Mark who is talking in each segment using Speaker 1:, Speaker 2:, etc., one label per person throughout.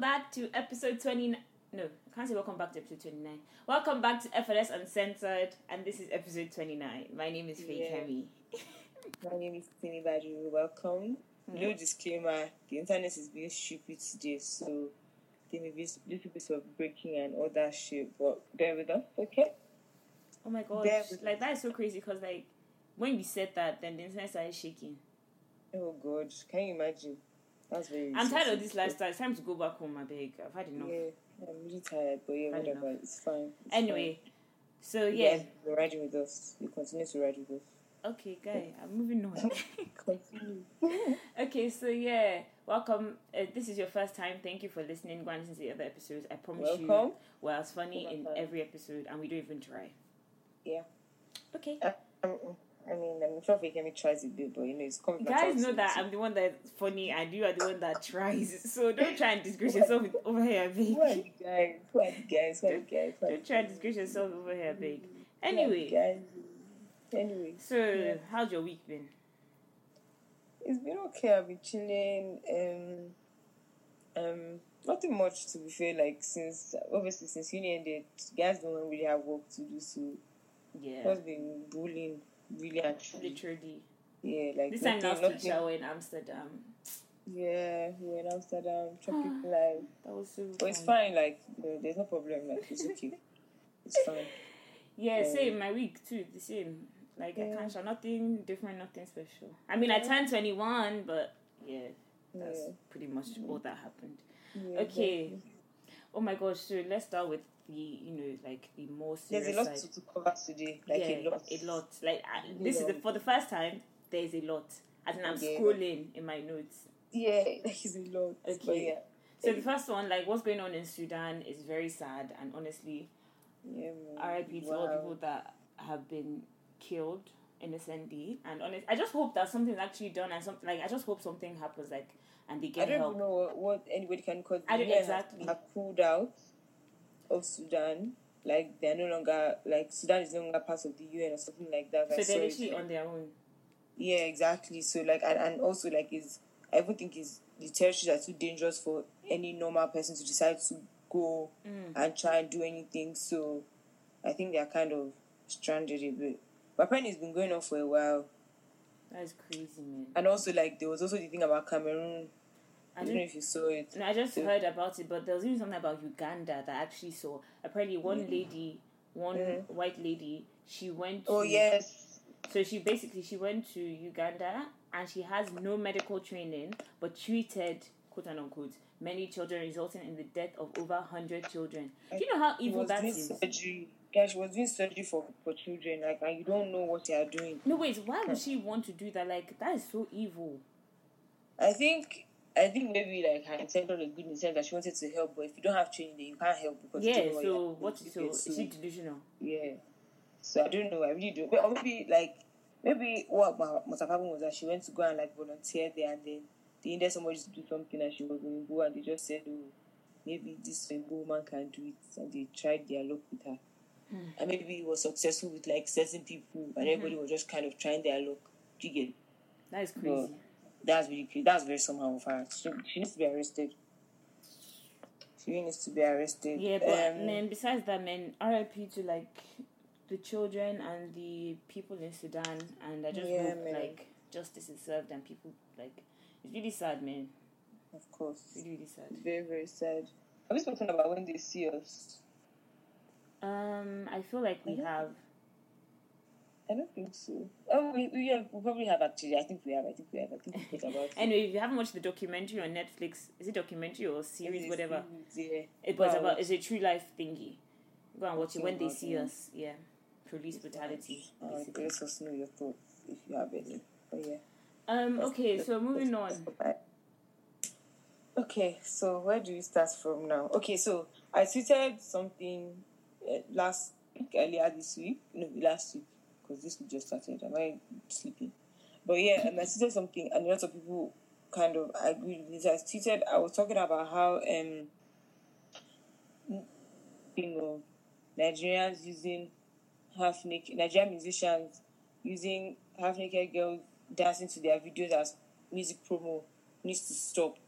Speaker 1: back to episode 29. No, I can't say welcome back to episode 29. Welcome back to FLS Uncensored, and this is episode 29. My name is Faye
Speaker 2: Yeah.
Speaker 1: Kemi.
Speaker 2: My name is Tini Badu. Welcome. No
Speaker 1: Mm-hmm.
Speaker 2: disclaimer. The internet is being stupid today, so there may be little bits of breaking and all that shit, but bear with us, okay?
Speaker 1: Oh my gosh.
Speaker 2: Bear with
Speaker 1: Like, that is so crazy because, like, when we said that, then the internet started shaking.
Speaker 2: Oh God, can you imagine? That's very.
Speaker 1: I'm tired
Speaker 2: restrictive.
Speaker 1: of this lifestyle. It's time to go back home, I beg. I've had enough.
Speaker 2: Yeah, I'm really tired, but yeah,
Speaker 1: Fair enough.
Speaker 2: whatever. It's fine. It's
Speaker 1: Anyway, so
Speaker 2: fine. You
Speaker 1: yeah.
Speaker 2: guys will ride with us. You continue to ride with us.
Speaker 1: Okay, guy, I'm moving on.
Speaker 2: Continue.
Speaker 1: okay, so yeah, welcome. Uh, this is your first time. Thank you for listening. Go and listen to the other episodes. I promise you,
Speaker 2: Welcome.
Speaker 1: we're as funny in
Speaker 2: Welcome.
Speaker 1: every episode, and we don't even try.
Speaker 2: Yeah.
Speaker 1: Okay.
Speaker 2: Um, I mean, I'm sure if Kemi tries a bit, but you know, it's coming.
Speaker 1: Guys know that I'm the one that's funny and you are the one that tries. So don't try and disgrace yourself with, over here,
Speaker 2: Who are
Speaker 1: big.
Speaker 2: you guys? Who are you guys? Who are you guys? Who are you
Speaker 1: Don't try and
Speaker 2: guys?
Speaker 1: disgrace yourself over here, big.
Speaker 2: Who are you
Speaker 1: Anyway,
Speaker 2: guys? Anyway,
Speaker 1: so how's your week been?
Speaker 2: it's been okay. I've been chilling. Um, um, nothing much to be fair. Like since obviously since uni ended, guys don't really have work to do. So
Speaker 1: Yeah,
Speaker 2: just been bullying, really and truly.
Speaker 1: literally.
Speaker 2: Yeah, like
Speaker 1: This time
Speaker 2: nothing-
Speaker 1: last week,
Speaker 2: nothing-
Speaker 1: shower in Amsterdam.
Speaker 2: Yeah, we were in Amsterdam,
Speaker 1: Ah.
Speaker 2: tropical life.
Speaker 1: That was so.
Speaker 2: But Oh, it's
Speaker 1: fun.
Speaker 2: fine. Like there- there's no problem. Like it's okay. It's fine.
Speaker 1: Yeah,
Speaker 2: Yeah.
Speaker 1: same. My week too, the same. Like I
Speaker 2: Yeah.
Speaker 1: can't show nothing different, nothing special. I mean, I
Speaker 2: Yeah.
Speaker 1: turned twenty one, but yeah, that's
Speaker 2: Yeah.
Speaker 1: pretty much all that happened.
Speaker 2: Yeah,
Speaker 1: Okay. Oh my gosh! So let's start with the you know like the more serious
Speaker 2: There's a lot
Speaker 1: side.
Speaker 2: to, to cover today. Like
Speaker 1: yeah,
Speaker 2: a lot.
Speaker 1: Like I, this is the,
Speaker 2: Yeah.
Speaker 1: for the first time. There's a lot, as in I'm
Speaker 2: Yeah.
Speaker 1: scrolling in my notes.
Speaker 2: Yeah, like it's a lot. But
Speaker 1: Okay.
Speaker 2: yeah.
Speaker 1: So the first one, like what's going on in Sudan, is very sad, and honestly,
Speaker 2: yeah man.
Speaker 1: RIP to all the
Speaker 2: Wow.
Speaker 1: people that have been killed innocently and honest. I just hope that something's actually done and something like I just hope something happens like and they
Speaker 2: I
Speaker 1: get
Speaker 2: don't
Speaker 1: help.
Speaker 2: even know what, what anybody can call
Speaker 1: I don't-
Speaker 2: the men
Speaker 1: exactly.
Speaker 2: are pulled out of Sudan. Like they're no longer like Sudan is no longer part of the UN or something like that. I
Speaker 1: So
Speaker 2: saw
Speaker 1: they're
Speaker 2: it.
Speaker 1: literally on their own.
Speaker 2: Yeah, exactly. So like and, and also like is I even think is the territories are too dangerous for any normal person to decide to go
Speaker 1: Mm.
Speaker 2: and try and do anything. So I think they're kind of stranded a bit. But apparently it's been going on for a while.
Speaker 1: That is crazy, man.
Speaker 2: And also like there was also the thing about Cameroon. I
Speaker 1: I
Speaker 2: don't know
Speaker 1: just,
Speaker 2: if you saw it.
Speaker 1: no, I just
Speaker 2: Yeah.
Speaker 1: heard about it, but there was even something about Uganda that I actually saw. Apparently, one
Speaker 2: Mm.
Speaker 1: lady, one
Speaker 2: Mhm.
Speaker 1: white lady, she went. To,
Speaker 2: Oh yes.
Speaker 1: So she basically she went to Uganda and she has no medical training, but treated quote unquote many children, resulting in the death of over hundred children. Do you know how
Speaker 2: She
Speaker 1: evil
Speaker 2: was
Speaker 1: that
Speaker 2: doing
Speaker 1: is?
Speaker 2: surgery. Yeah, she was doing surgery for, for children, like and you don't know what they are doing.
Speaker 1: No, wait. Why would she want to do that? Like that is so evil.
Speaker 2: I think I think maybe like her intention was good in the sense that she wanted to help, but if you don't have training then you can't help because you
Speaker 1: Yeah.
Speaker 2: don't know
Speaker 1: So
Speaker 2: you have to
Speaker 1: what?
Speaker 2: do.
Speaker 1: So
Speaker 2: so,
Speaker 1: is she delusional?
Speaker 2: yeah. So I don't know, I really don't but or maybe like maybe what ma- must have happened was that she went to go and like volunteer there and then they needed somebody to do something and she was going to go and they just said, Oh, maybe this Igbo woman can do it and they tried their luck with her.
Speaker 1: Hmm.
Speaker 2: And maybe it was successful with like certain people and everybody was just kind of trying their luck. Do you get
Speaker 1: That is crazy.
Speaker 2: that's really crazy. That's very somehow of her. She, she needs to be arrested. She really needs to be arrested.
Speaker 1: Yeah, but
Speaker 2: Um,
Speaker 1: man, besides that, man, R.I.P. to like the children and the people in Sudan, and I just
Speaker 2: Yeah,
Speaker 1: hope
Speaker 2: man.
Speaker 1: like justice is served and people like it's really sad, man.
Speaker 2: of course,
Speaker 1: Really, really sad.
Speaker 2: it's very very sad. Have we spoken about when they see us?
Speaker 1: Um, I feel like we
Speaker 2: Mhm.
Speaker 1: have.
Speaker 2: I don't think so. Oh, we, we, have, we probably have actually. I think we have. I think we have. I think we spoke about it.
Speaker 1: Anyway, if you haven't watched the documentary on Netflix, is it documentary or series,
Speaker 2: It's-
Speaker 1: whatever?
Speaker 2: it's- Yeah.
Speaker 1: It was
Speaker 2: Go and
Speaker 1: about
Speaker 2: watch
Speaker 1: it's a true life thingy. Go and watch it
Speaker 2: Watch
Speaker 1: when
Speaker 2: it,
Speaker 1: they
Speaker 2: watch
Speaker 1: see
Speaker 2: it.
Speaker 1: us. Yeah, police brutality.
Speaker 2: Uh,
Speaker 1: Basically.
Speaker 2: let us know your thoughts if you have any. But yeah.
Speaker 1: Um. Okay, so moving on.
Speaker 2: Okay, so where do we start from now? Okay, so I tweeted something uh, last week, earlier this week, no, last week, because this week just started. Am I sleeping? But yeah, um, I tweeted something, and lots of people kind of agreed with it. I tweeted, I was talking about how, um, you know, Nigerians using half naked, Nigerian musicians using half naked girls dancing to their videos as music promo needs to stop.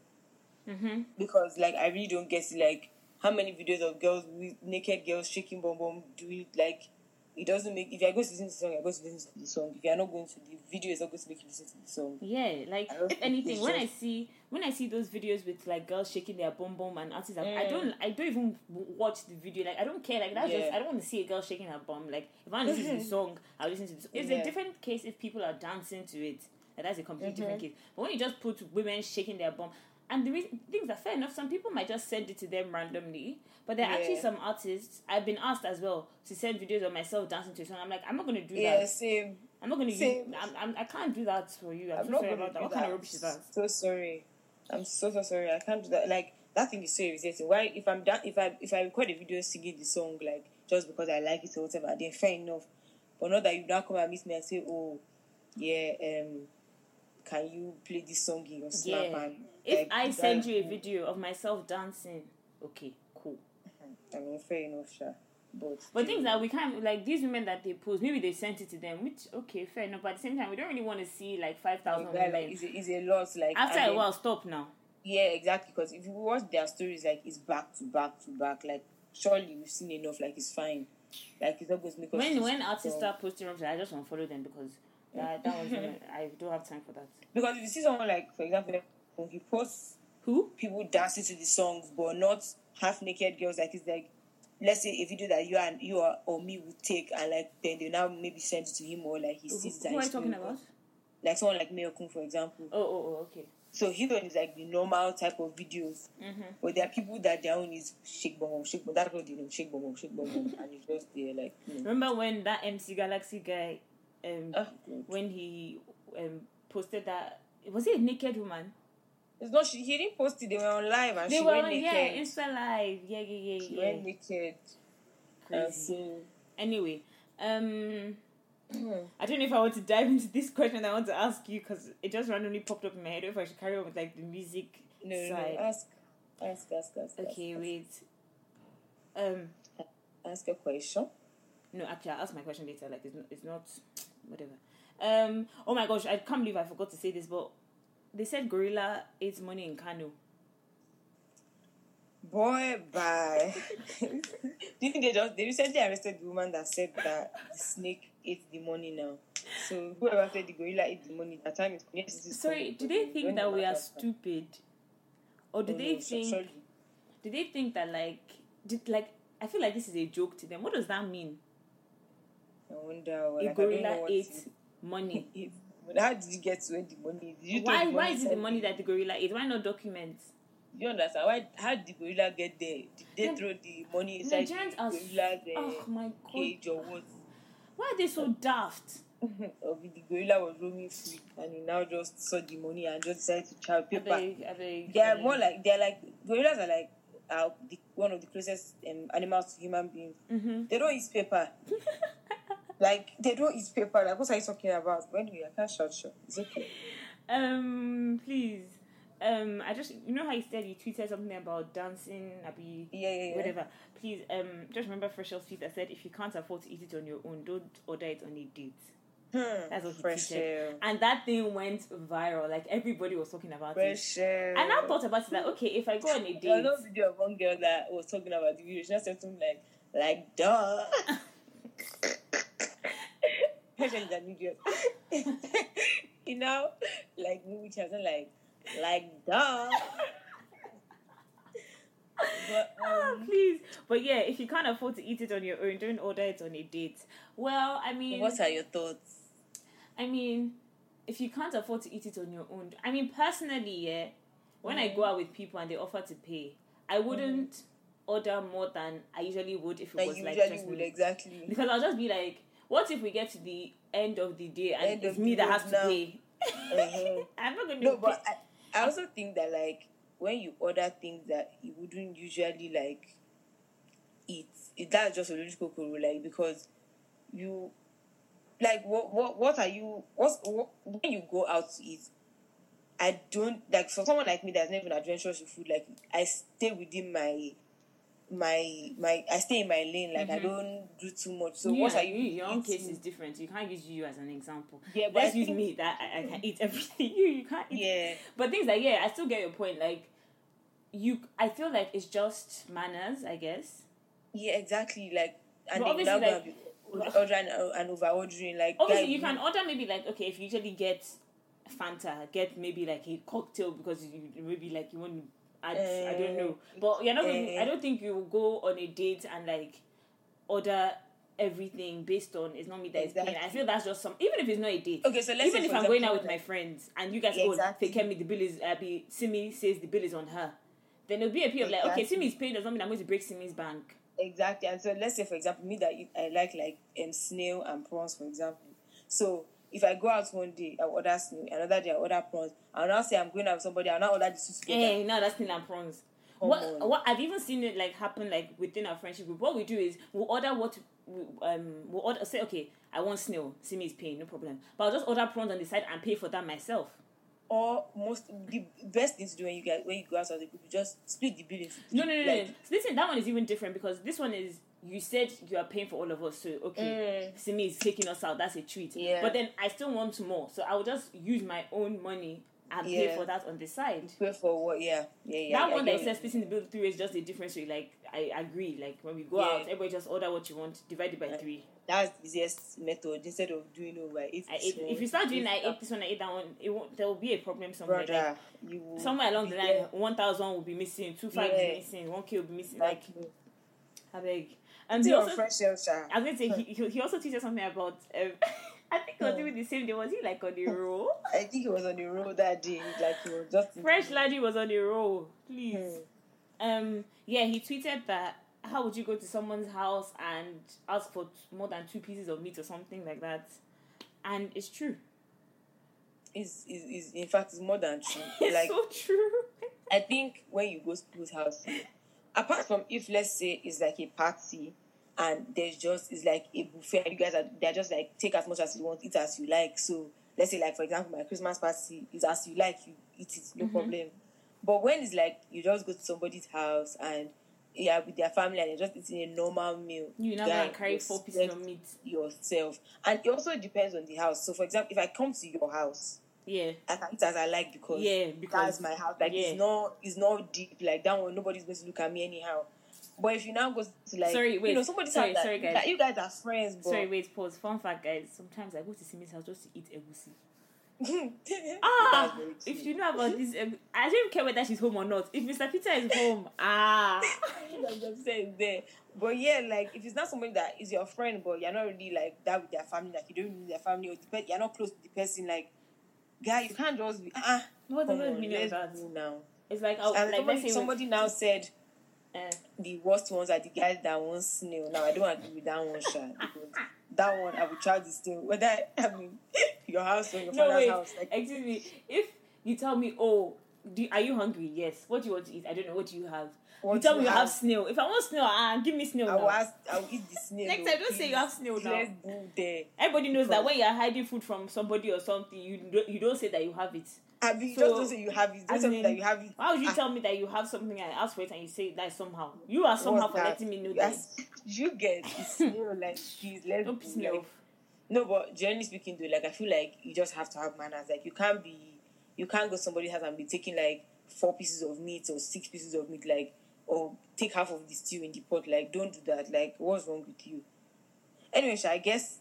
Speaker 1: Mm-hmm.
Speaker 2: because like I really don't get it. Like how many videos of girls with naked girls shaking bum bum doing it like it doesn't make if you're going to listen to the song, you're going to listen to the song. If you're not going to the video is not going to make you listen to the song.
Speaker 1: Yeah, like
Speaker 2: I don't
Speaker 1: if
Speaker 2: think
Speaker 1: anything,
Speaker 2: it's
Speaker 1: when I
Speaker 2: just-
Speaker 1: see when I see those videos with like girls shaking their bum bum and artists, I I
Speaker 2: Mm.
Speaker 1: don't I don't even w- watch the video. Like I don't care. Like that's
Speaker 2: Yeah.
Speaker 1: just I don't want to see a girl shaking her bum. Like if I listen to the
Speaker 2: Mhm.
Speaker 1: song, I listen to the. Song. It's a
Speaker 2: Yeah.
Speaker 1: different case if people are dancing to it. Like, that's a completely different
Speaker 2: Mhm.
Speaker 1: case. But when you just put women shaking their bum. And the reason, things are fair enough. Some people might just send it to them randomly, but there are actually
Speaker 2: Yeah.
Speaker 1: some artists. I've been asked as well to send videos of myself dancing to a song. I'm like, I'm not going to do that.
Speaker 2: Yeah, same.
Speaker 1: I'm not gonna use.
Speaker 2: Same.
Speaker 1: I'm, I'm, I can't do that for you. I'm,
Speaker 2: I'm
Speaker 1: so
Speaker 2: not
Speaker 1: sorry
Speaker 2: going to
Speaker 1: about
Speaker 2: do
Speaker 1: that. What
Speaker 2: that.
Speaker 1: kind of rubbish is that?
Speaker 2: So sorry. I'm so so sorry. I can't do that. Like that thing is so irritating. Why if I'm done if I if I record a video singing the song like just because I like it or whatever, then fair enough. But not that you now come and meet me and say, Oh, yeah, um, can you play this song in your snap
Speaker 1: Yeah.
Speaker 2: and
Speaker 1: If
Speaker 2: like,
Speaker 1: I
Speaker 2: you
Speaker 1: send
Speaker 2: guys-
Speaker 1: you a video of myself dancing, okay, cool.
Speaker 2: I mean fair enough, sure. But
Speaker 1: But things that we can't like these women that they post, maybe they sent it to them, which okay, fair enough. But at the same time, we don't really want to see like five thousand
Speaker 2: Guy, like,
Speaker 1: women.
Speaker 2: is a, is a lot like
Speaker 1: After
Speaker 2: and
Speaker 1: a
Speaker 2: then-
Speaker 1: while, stop now.
Speaker 2: Yeah, exactly. Because if you watch their stories, like it's back to back to back. Like surely we've seen enough. Like it's fine. Like it's not going to make us.
Speaker 1: When
Speaker 2: feel
Speaker 1: when
Speaker 2: so-
Speaker 1: artists start posting rubbish, I just unfollow them because that that was I don't have time for that.
Speaker 2: because if you see someone like for example, when he posts
Speaker 1: Who?
Speaker 2: people dancing to the songs, but not half naked girls. Like it's like let's say a video that you and you are, or me would take, and like then they now maybe send it to him or like he
Speaker 1: Who,
Speaker 2: sees
Speaker 1: who
Speaker 2: that
Speaker 1: are
Speaker 2: it's
Speaker 1: you talking
Speaker 2: going on.
Speaker 1: about?
Speaker 2: Like someone like Meyokun, for example.
Speaker 1: Oh oh oh okay.
Speaker 2: So his own is like the normal type of videos.
Speaker 1: Mm-hmm.
Speaker 2: But there are people that their own is shake bum bum, shake bum. That's what they know, shake bum bum, shake bum bum, and it's just there like. hmm. You know.
Speaker 1: Remember when that MC Galaxy guy, um,
Speaker 2: Ah, God.
Speaker 1: when he um, posted that was it a naked woman?
Speaker 2: It's not. She, he didn't post it. They were on live and
Speaker 1: they
Speaker 2: she
Speaker 1: were
Speaker 2: went
Speaker 1: on,
Speaker 2: naked.
Speaker 1: yeah, Insta Live, yeah, yeah,
Speaker 2: she
Speaker 1: yeah, yeah.
Speaker 2: went naked. And
Speaker 1: Crazy.
Speaker 2: so,
Speaker 1: Anyway, um,
Speaker 2: Hmm.
Speaker 1: I don't know if I want to dive into this question. I want to ask you because it just randomly popped up in my head. If I should carry on with like the music
Speaker 2: no, no, Uh,
Speaker 1: side.
Speaker 2: no. Ask, ask, ask, ask.
Speaker 1: okay,
Speaker 2: ask,
Speaker 1: wait. Um,
Speaker 2: Ask a question.
Speaker 1: no, actually, I'll ask my question later. Like, it's not, it's not, whatever. Um, oh my gosh, I can't believe I forgot to say this, but they said Gorilla ate money in Kano.
Speaker 2: Boy, bye. Didn't they just? They recently arrested the woman that said that the snake ate the money now. So whoever said the gorilla ate the money, that time is yes. it is
Speaker 1: Sorry, do
Speaker 2: funny,
Speaker 1: they
Speaker 2: but
Speaker 1: think
Speaker 2: when
Speaker 1: that
Speaker 2: the
Speaker 1: we are
Speaker 2: matter-
Speaker 1: stupid, or do
Speaker 2: Oh,
Speaker 1: they
Speaker 2: no, sur-
Speaker 1: think?
Speaker 2: surely.
Speaker 1: Do they think that like, did, like I feel like this is a joke to them? What does that mean?
Speaker 2: I wonder. Well,
Speaker 1: a
Speaker 2: like, I don't know
Speaker 1: gorilla
Speaker 2: what
Speaker 1: ate
Speaker 2: it-
Speaker 1: money.
Speaker 2: it- but How did you get to where the money? Did you
Speaker 1: Why?
Speaker 2: take
Speaker 1: Why is it the
Speaker 2: from-
Speaker 1: money that the gorilla ate? Why not documents?
Speaker 2: Do you understand? Why? How did the gorilla get there? Did they
Speaker 1: Yeah.
Speaker 2: throw the money inside
Speaker 1: Nigerians
Speaker 2: the
Speaker 1: are.
Speaker 2: gorilla's
Speaker 1: Oh
Speaker 2: uh,
Speaker 1: my god!
Speaker 2: cage or what?
Speaker 1: Why are they so daft?
Speaker 2: or the gorilla was roaming free and he now just saw the money and just decided to try
Speaker 1: I
Speaker 2: paper.
Speaker 1: beg, I beg,
Speaker 2: They
Speaker 1: I
Speaker 2: are
Speaker 1: beg.
Speaker 2: more like they're like gorillas are like are the, one of the closest um, animals to human beings.
Speaker 1: Mhm.
Speaker 2: They don't eat paper. Like they don't eat paper. Like what are you talking about? Anyway, I can't shout shout. It's okay.
Speaker 1: Um, please. Um, I just you know how you said you tweeted something about dancing, Abi,
Speaker 2: Yeah, yeah, yeah.
Speaker 1: whatever. Please, um, just remember Freshell's tweet that said if you can't afford to eat it on your own, don't order it on a date.
Speaker 2: Hmm.
Speaker 1: That's what he
Speaker 2: Fresh
Speaker 1: tweeted.
Speaker 2: air.
Speaker 1: And that thing went viral. Like everybody was talking about it.
Speaker 2: Fresh air.
Speaker 1: And I thought about it like, okay, if I go on a
Speaker 2: There
Speaker 1: date,
Speaker 2: was no video of one girl that was talking about the video. She just said something like, like, duh. She's an idiot. you know, like, which hasn't like, like, duh. But,
Speaker 1: ah,
Speaker 2: um,
Speaker 1: please. But yeah, if you can't afford to eat it on your own, don't order it on a date. Well, I mean,
Speaker 2: what are your thoughts?
Speaker 1: I mean, if you can't afford to eat it on your own, I mean, personally, yeah, when I
Speaker 2: Mm.
Speaker 1: go out with people and they offer to pay, I wouldn't order more than I usually would if it
Speaker 2: Like,
Speaker 1: was
Speaker 2: Mm. you
Speaker 1: like
Speaker 2: usually
Speaker 1: just
Speaker 2: would,
Speaker 1: me.
Speaker 2: exactly.
Speaker 1: because I'll just be like, what if we get to the end of the day and
Speaker 2: End
Speaker 1: it's
Speaker 2: of
Speaker 1: me
Speaker 2: the
Speaker 1: that
Speaker 2: road
Speaker 1: has to
Speaker 2: now.
Speaker 1: pay?
Speaker 2: Uh-huh.
Speaker 1: I'm not gonna
Speaker 2: No,
Speaker 1: pay.
Speaker 2: but I, I also think that like when you order things that you wouldn't usually like eat, it, that's just a logical rule, like because you like what what what are you what's what, when you go out to eat. I don't like for someone like me that's not even adventurous with food. Like I stay within my my my I stay in my lane. Like I don't do too much. So
Speaker 1: You
Speaker 2: what
Speaker 1: and
Speaker 2: are you?
Speaker 1: you- Your own
Speaker 2: eating?
Speaker 1: case is different. You can't use you as an example.
Speaker 2: Yeah, but
Speaker 1: Let's
Speaker 2: I
Speaker 1: use
Speaker 2: think-
Speaker 1: me that I, I can eat everything. You you can't eat.
Speaker 2: Yeah.
Speaker 1: But things like yeah, I still get your point. Like you I feel like it's just manners, I guess.
Speaker 2: Yeah, exactly. Like, and
Speaker 1: But
Speaker 2: then
Speaker 1: obviously,
Speaker 2: that
Speaker 1: like,
Speaker 2: like, ordering and, uh, and over ordering. Like,
Speaker 1: Obviously,
Speaker 2: guy,
Speaker 1: you can order maybe like okay, if you usually get Fanta, get maybe like a cocktail because you maybe like you want to add I don't know, but you're not. gonna, I
Speaker 2: eh.
Speaker 1: don't think you will go on a date and like order everything based on it's not me that is paying. I
Speaker 2: Exactly.
Speaker 1: feel that's just some even if it's not a date.
Speaker 2: Okay, so let's
Speaker 1: even
Speaker 2: say
Speaker 1: if
Speaker 2: for
Speaker 1: I'm going out
Speaker 2: example,
Speaker 1: with my
Speaker 2: like-
Speaker 1: friends and you guys
Speaker 2: Yeah,
Speaker 1: oh
Speaker 2: exactly.
Speaker 1: they tell me the bill is uh, be Simi says the bill is on her. Then there'll be a period like okay,
Speaker 2: Exactly.
Speaker 1: Simi's paying does not mean I'm going to break Simi's bank.
Speaker 2: Exactly. And so let's say, for example, me that eat- I like like um, snail and prawns, for example. So if I go out one day, I order snail, another day I order prawns, and now say I'm going out with somebody, I'll now order the two together.
Speaker 1: Eh, no, that's thin and prawns.
Speaker 2: Come
Speaker 1: what
Speaker 2: on.
Speaker 1: what I've even seen it like happen like within our friendship group. What we do is we'll order what we, um we'll order say okay I want snail Simi is paying no problem but I'll just order prawns on the side and pay for that myself.
Speaker 2: Or most the best thing to do when you get when you go out with the group, you just split the bill into
Speaker 1: No no no no.
Speaker 2: like,
Speaker 1: no. Listen, that one is even different because this one is you said you are paying for all of us so okay Simi is taking us out that's a treat.
Speaker 2: Mm. Yeah.
Speaker 1: But then I still want more so I will just use my own money and pay
Speaker 2: Yeah.
Speaker 1: for that on the side.
Speaker 2: Pay for what? Yeah, yeah, yeah.
Speaker 1: that
Speaker 2: yeah,
Speaker 1: one
Speaker 2: yeah,
Speaker 1: that says splitting the bill through is just a different way. Like I agree. Like when we go
Speaker 2: Yeah.
Speaker 1: out, everybody just order what you want, divide it by
Speaker 2: Yeah.
Speaker 1: three.
Speaker 2: That's the easiest method instead of doing over eight.
Speaker 1: I ate,
Speaker 2: small,
Speaker 1: if you start doing
Speaker 2: eight
Speaker 1: I ate this one, I ate that one, it won't, there will be a problem somewhere.
Speaker 2: brother,
Speaker 1: Like,
Speaker 2: you will
Speaker 1: somewhere along
Speaker 2: be
Speaker 1: the line,
Speaker 2: there.
Speaker 1: one thousand will be missing, two five
Speaker 2: Yeah.
Speaker 1: is missing, one k will be missing. Like
Speaker 2: Like,
Speaker 1: I beg. And he
Speaker 2: still on
Speaker 1: also,
Speaker 2: fresh shelter.
Speaker 1: I was going to say he, he he also teaches something about. Um, I think it was
Speaker 2: Hmm.
Speaker 1: doing the same day. Was he like on the roll?
Speaker 2: I think he was on the road that day. Like he was just
Speaker 1: Fresh Laddie was on the roll. Please.
Speaker 2: Hmm.
Speaker 1: Um, yeah, he tweeted that how would you go to someone's house and ask for t- more than two pieces of meat or something like that? And it's true.
Speaker 2: Is is is in fact it's more than true.
Speaker 1: It's
Speaker 2: like
Speaker 1: so true.
Speaker 2: I think when you go to people's house, apart from if let's say it's like a party and there's just it's like a buffet and you guys are they're just like take as much as you want, eat as you like. So let's say like for example my Christmas party is as you like, you eat it, no problem. But when it's like you just go to somebody's house and you are with their family and you're just eating a normal meal.
Speaker 1: You now
Speaker 2: guy,
Speaker 1: gonna carry four pieces
Speaker 2: respect
Speaker 1: of meat.
Speaker 2: yourself. And it also depends on the house. So for example, if I come to your house,
Speaker 1: Yeah,
Speaker 2: I can eat as I like because
Speaker 1: yeah, because
Speaker 2: that's my house. Like
Speaker 1: yeah.
Speaker 2: it's not it's not deep like that one. Nobody's going to look at me anyhow. But if you now go to like
Speaker 1: Sorry, wait.
Speaker 2: you know somebody's
Speaker 1: Sorry,
Speaker 2: house that-
Speaker 1: sorry, guys.
Speaker 2: that you guys are friends, but
Speaker 1: sorry, wait, pause. Fun fact, guys. Sometimes I go to Simi's house just to eat egusi.
Speaker 2: That's
Speaker 1: Ah,
Speaker 2: very
Speaker 1: if
Speaker 2: true.
Speaker 1: you know about this, egu- I don't care whether she's home or not. If Mr. Peter is home, ah,
Speaker 2: I'm just saying there. But yeah, like if it's not somebody that is your friend, but you're not really like that with their family, like you don't really know their family, or the pe- you're not close to the person, like guy, you can't just be ah.
Speaker 1: what
Speaker 2: come
Speaker 1: does it
Speaker 2: on,
Speaker 1: mean
Speaker 2: let's
Speaker 1: of that?
Speaker 2: go now.
Speaker 1: It's like, I'll,
Speaker 2: And
Speaker 1: like let's say we-
Speaker 2: somebody, somebody now said
Speaker 1: eh.
Speaker 2: the worst ones are the guys that want snail. Now I don't agree with that one, Sha. because That one I will charge the snail. Whether I mean your house or your
Speaker 1: No,
Speaker 2: father's
Speaker 1: wait.
Speaker 2: house. Like,
Speaker 1: Excuse me. If you tell me, oh, do, are you hungry? Yes. What do you want to eat? I don't know. What do you have? you
Speaker 2: what
Speaker 1: tell me you have, snail. If I want snail, ah, give me snail.
Speaker 2: I will
Speaker 1: Now.
Speaker 2: ask I will eat the snail.
Speaker 1: Next
Speaker 2: oh,
Speaker 1: time, don't say you have snail
Speaker 2: please.
Speaker 1: now.
Speaker 2: Let's go there.
Speaker 1: Everybody knows that when you're hiding food from somebody or something, you don't, you don't say that you have it.
Speaker 2: I mean,
Speaker 1: So,
Speaker 2: just don't say you have it.
Speaker 1: I
Speaker 2: Don't tell me
Speaker 1: mean,
Speaker 2: that you have it.
Speaker 1: Why would you
Speaker 2: Ah,
Speaker 1: tell me that you have something and I ask for it and you say that somehow? You are somehow
Speaker 2: what's
Speaker 1: for
Speaker 2: that?
Speaker 1: letting me know that.
Speaker 2: That's- You get the snail like please let's
Speaker 1: Don't
Speaker 2: go,
Speaker 1: piss me
Speaker 2: like,
Speaker 1: off.
Speaker 2: No, but generally speaking, though, like I feel like you just have to have manners. Like you can't be, you can't go to somebody's house and be taking like four pieces of meat or six pieces of meat, like or take half of the stew in the pot. Like don't do that. Like what's wrong with you? Anyway, Sha, I guess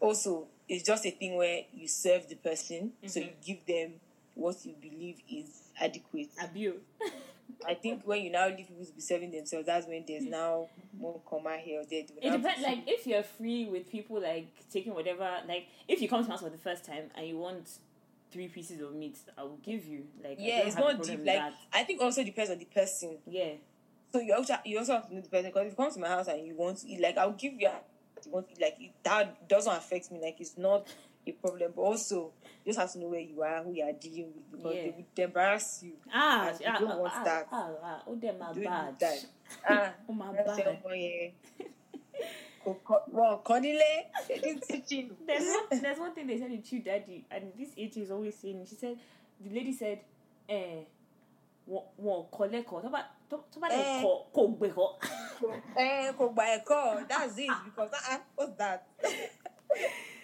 Speaker 2: also it's just a thing where you serve the person, so
Speaker 1: Mm-hmm.
Speaker 2: you give them what you believe is adequate.
Speaker 1: Abuse.
Speaker 2: I think when you now leave people to be serving themselves, that's when there's now more comma here or there. They will
Speaker 1: Mm. It
Speaker 2: now
Speaker 1: depends.
Speaker 2: push you.
Speaker 1: Like if you're free with people, like taking whatever. Like if you come to my house for the first time and you want three pieces of meat, I will give you. Like I
Speaker 2: yeah,
Speaker 1: don't
Speaker 2: it's
Speaker 1: have a
Speaker 2: not
Speaker 1: problem
Speaker 2: deep.
Speaker 1: with
Speaker 2: Like
Speaker 1: that.
Speaker 2: I think also depends on the person.
Speaker 1: yeah,
Speaker 2: So you also you also have to know the person because if you come to my house and you want to eat, like I'll give you, you want to eat, like it, that doesn't affect me. Like it's not a problem. But also you just have to know where you are, who you are dealing with, because
Speaker 1: Yeah.
Speaker 2: they would embarrass you.
Speaker 1: ah,
Speaker 2: And you
Speaker 1: ah,
Speaker 2: don't
Speaker 1: ah,
Speaker 2: want
Speaker 1: ah,
Speaker 2: that.
Speaker 1: ah, ah, oh, they're my
Speaker 2: Don't do
Speaker 1: bad.
Speaker 2: that. Ah,
Speaker 1: Oh my
Speaker 2: that's eh.
Speaker 1: bad.
Speaker 2: someone, yeah. Go co- well, Conile, they didn't teach you.
Speaker 1: There's one, there's one thing they said in Chew Daddy, and this age is always saying. She said, the lady said, eh, wọ́n kọ́lé kọ́ tó bá tó tó bá lè
Speaker 2: Eh.
Speaker 1: kọ́ kò gbé kọ́.
Speaker 2: Eh, go buy a car. That's it. Because ah, what's that?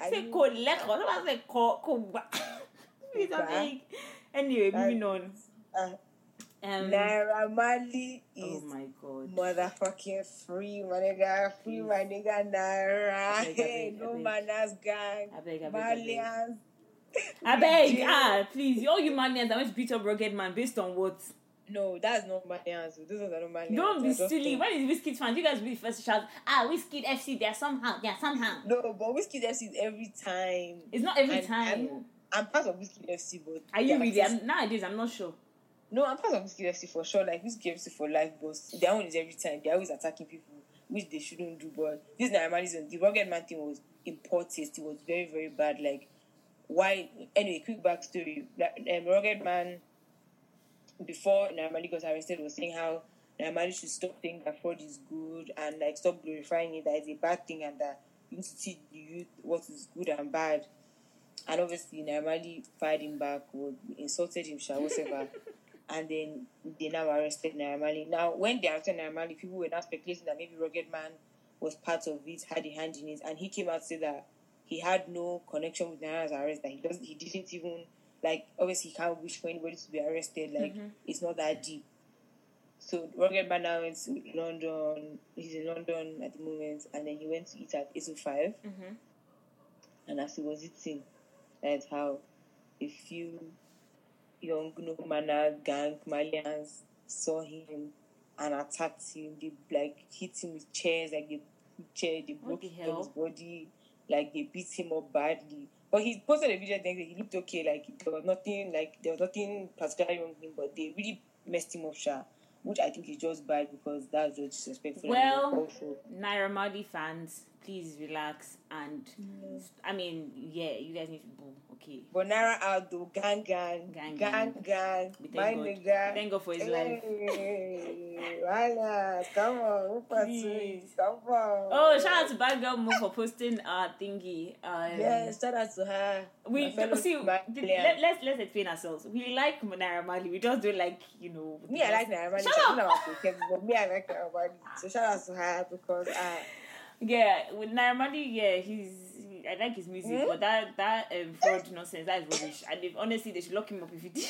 Speaker 2: I
Speaker 1: Say
Speaker 2: mean,
Speaker 1: kò lẹ́kọ̀ọ́ tó bá lè kọ́ kò gbà. Please,
Speaker 2: Kò
Speaker 1: I'm
Speaker 2: gbà.
Speaker 1: like, anyway, moving on.
Speaker 2: ah,
Speaker 1: Um,
Speaker 2: Naira Mali
Speaker 1: oh
Speaker 2: is
Speaker 1: my god.
Speaker 2: motherfucking free, my nigga. Free, my nigga. Naira.
Speaker 1: I beg, I beg, I
Speaker 2: Hey, no
Speaker 1: beg.
Speaker 2: manners gang.
Speaker 1: I beg, I beg, I beg.
Speaker 2: Malians.
Speaker 1: I beg,
Speaker 2: DJ.
Speaker 1: ah, please, all you Malians that went to beat up Rugged Man based on what?
Speaker 2: No, that's not Malians. Those ones are not Malians.
Speaker 1: Don't
Speaker 2: I
Speaker 1: be
Speaker 2: just
Speaker 1: silly.
Speaker 2: think-
Speaker 1: When is Whiskey fan? You guys be the first to shout, ah, Whiskey FC, they're somehow, they're somehow.
Speaker 2: No, but Whiskey FC is every time.
Speaker 1: It's not every
Speaker 2: And-
Speaker 1: time.
Speaker 2: and- I'm part of Whiskey FC, but
Speaker 1: Are you
Speaker 2: their
Speaker 1: really?
Speaker 2: artists-
Speaker 1: I'm, nowadays, I'm not sure.
Speaker 2: No, I'm part of Whiskey FC for sure. Like Whiskey FC for life, but their own is every time. They're always attacking people, which they shouldn't do. But this Naramalism, the Rugged Man thing was important. It was very, very bad. Like why? Anyway, quick backstory. Like, Um, Rugged Man, before Naramali got arrested, was saying how Naramali should stop saying that fraud is good and like stop glorifying it that it's a bad thing and that you need to teach the youth what is good and bad. And obviously, Naramali fired him back or insulted him, shall whatever. and then they now arrested Naramali. Now, when they arrested Naramali, people were now speculating that maybe Rugged Man was part of it, had a hand in it, and he came out to say that he had no connection with Naramali's arrest. That he doesn't, he didn't even like. Obviously, he can't wish for anybody to be arrested. Like
Speaker 1: Mm-hmm.
Speaker 2: it's not that deep. So Rugged Man now went to London. He's in London at the moment, and then he went to eat at 805
Speaker 1: Mhm.
Speaker 2: and as he was eating, that's how a few young no manner gang Malians saw him and attacked him. They like hit him with chairs, like they put chair, they
Speaker 1: What
Speaker 2: broke
Speaker 1: the
Speaker 2: him his
Speaker 1: hell?
Speaker 2: body, like they beat him up badly. But he posted a video thing that he looked okay, like there was nothing like there was nothing particularly wrong with him, but they really messed him up sha. Which I think is just bad because that's just disrespectful
Speaker 1: Well,
Speaker 2: and awful.
Speaker 1: Naira Marley fans, please relax and
Speaker 2: Mm.
Speaker 1: I mean, yeah, you guys need to boo, okay.
Speaker 2: But Nara out though, gang gang,
Speaker 1: Gang,
Speaker 2: gang gang,
Speaker 1: We thank
Speaker 2: my
Speaker 1: God.
Speaker 2: nigga.
Speaker 1: Thank God for his life.
Speaker 2: Hey, Wala, come on, Rupa
Speaker 1: Please.
Speaker 2: come on.
Speaker 1: Oh, shout out to Bad Girl Mo for posting our thingy. Um,
Speaker 2: Yes, shout out to her.
Speaker 1: We
Speaker 2: my fellow
Speaker 1: see.
Speaker 2: black
Speaker 1: th-
Speaker 2: player.
Speaker 1: let, let's let's explain ourselves. We like Naira Marley. We just don't like you know.
Speaker 2: me, I like Nara Mani.
Speaker 1: Shut
Speaker 2: I
Speaker 1: up!
Speaker 2: don't know about you, Kevin, but me, I like Nara Mani. So shout out to her because uh,
Speaker 1: Yeah, with Naira Marley, yeah, he's. he- I like his music,
Speaker 2: Hmm?
Speaker 1: but that that um, fraud nonsense that is rubbish. And if, honestly, they should lock him up if he did.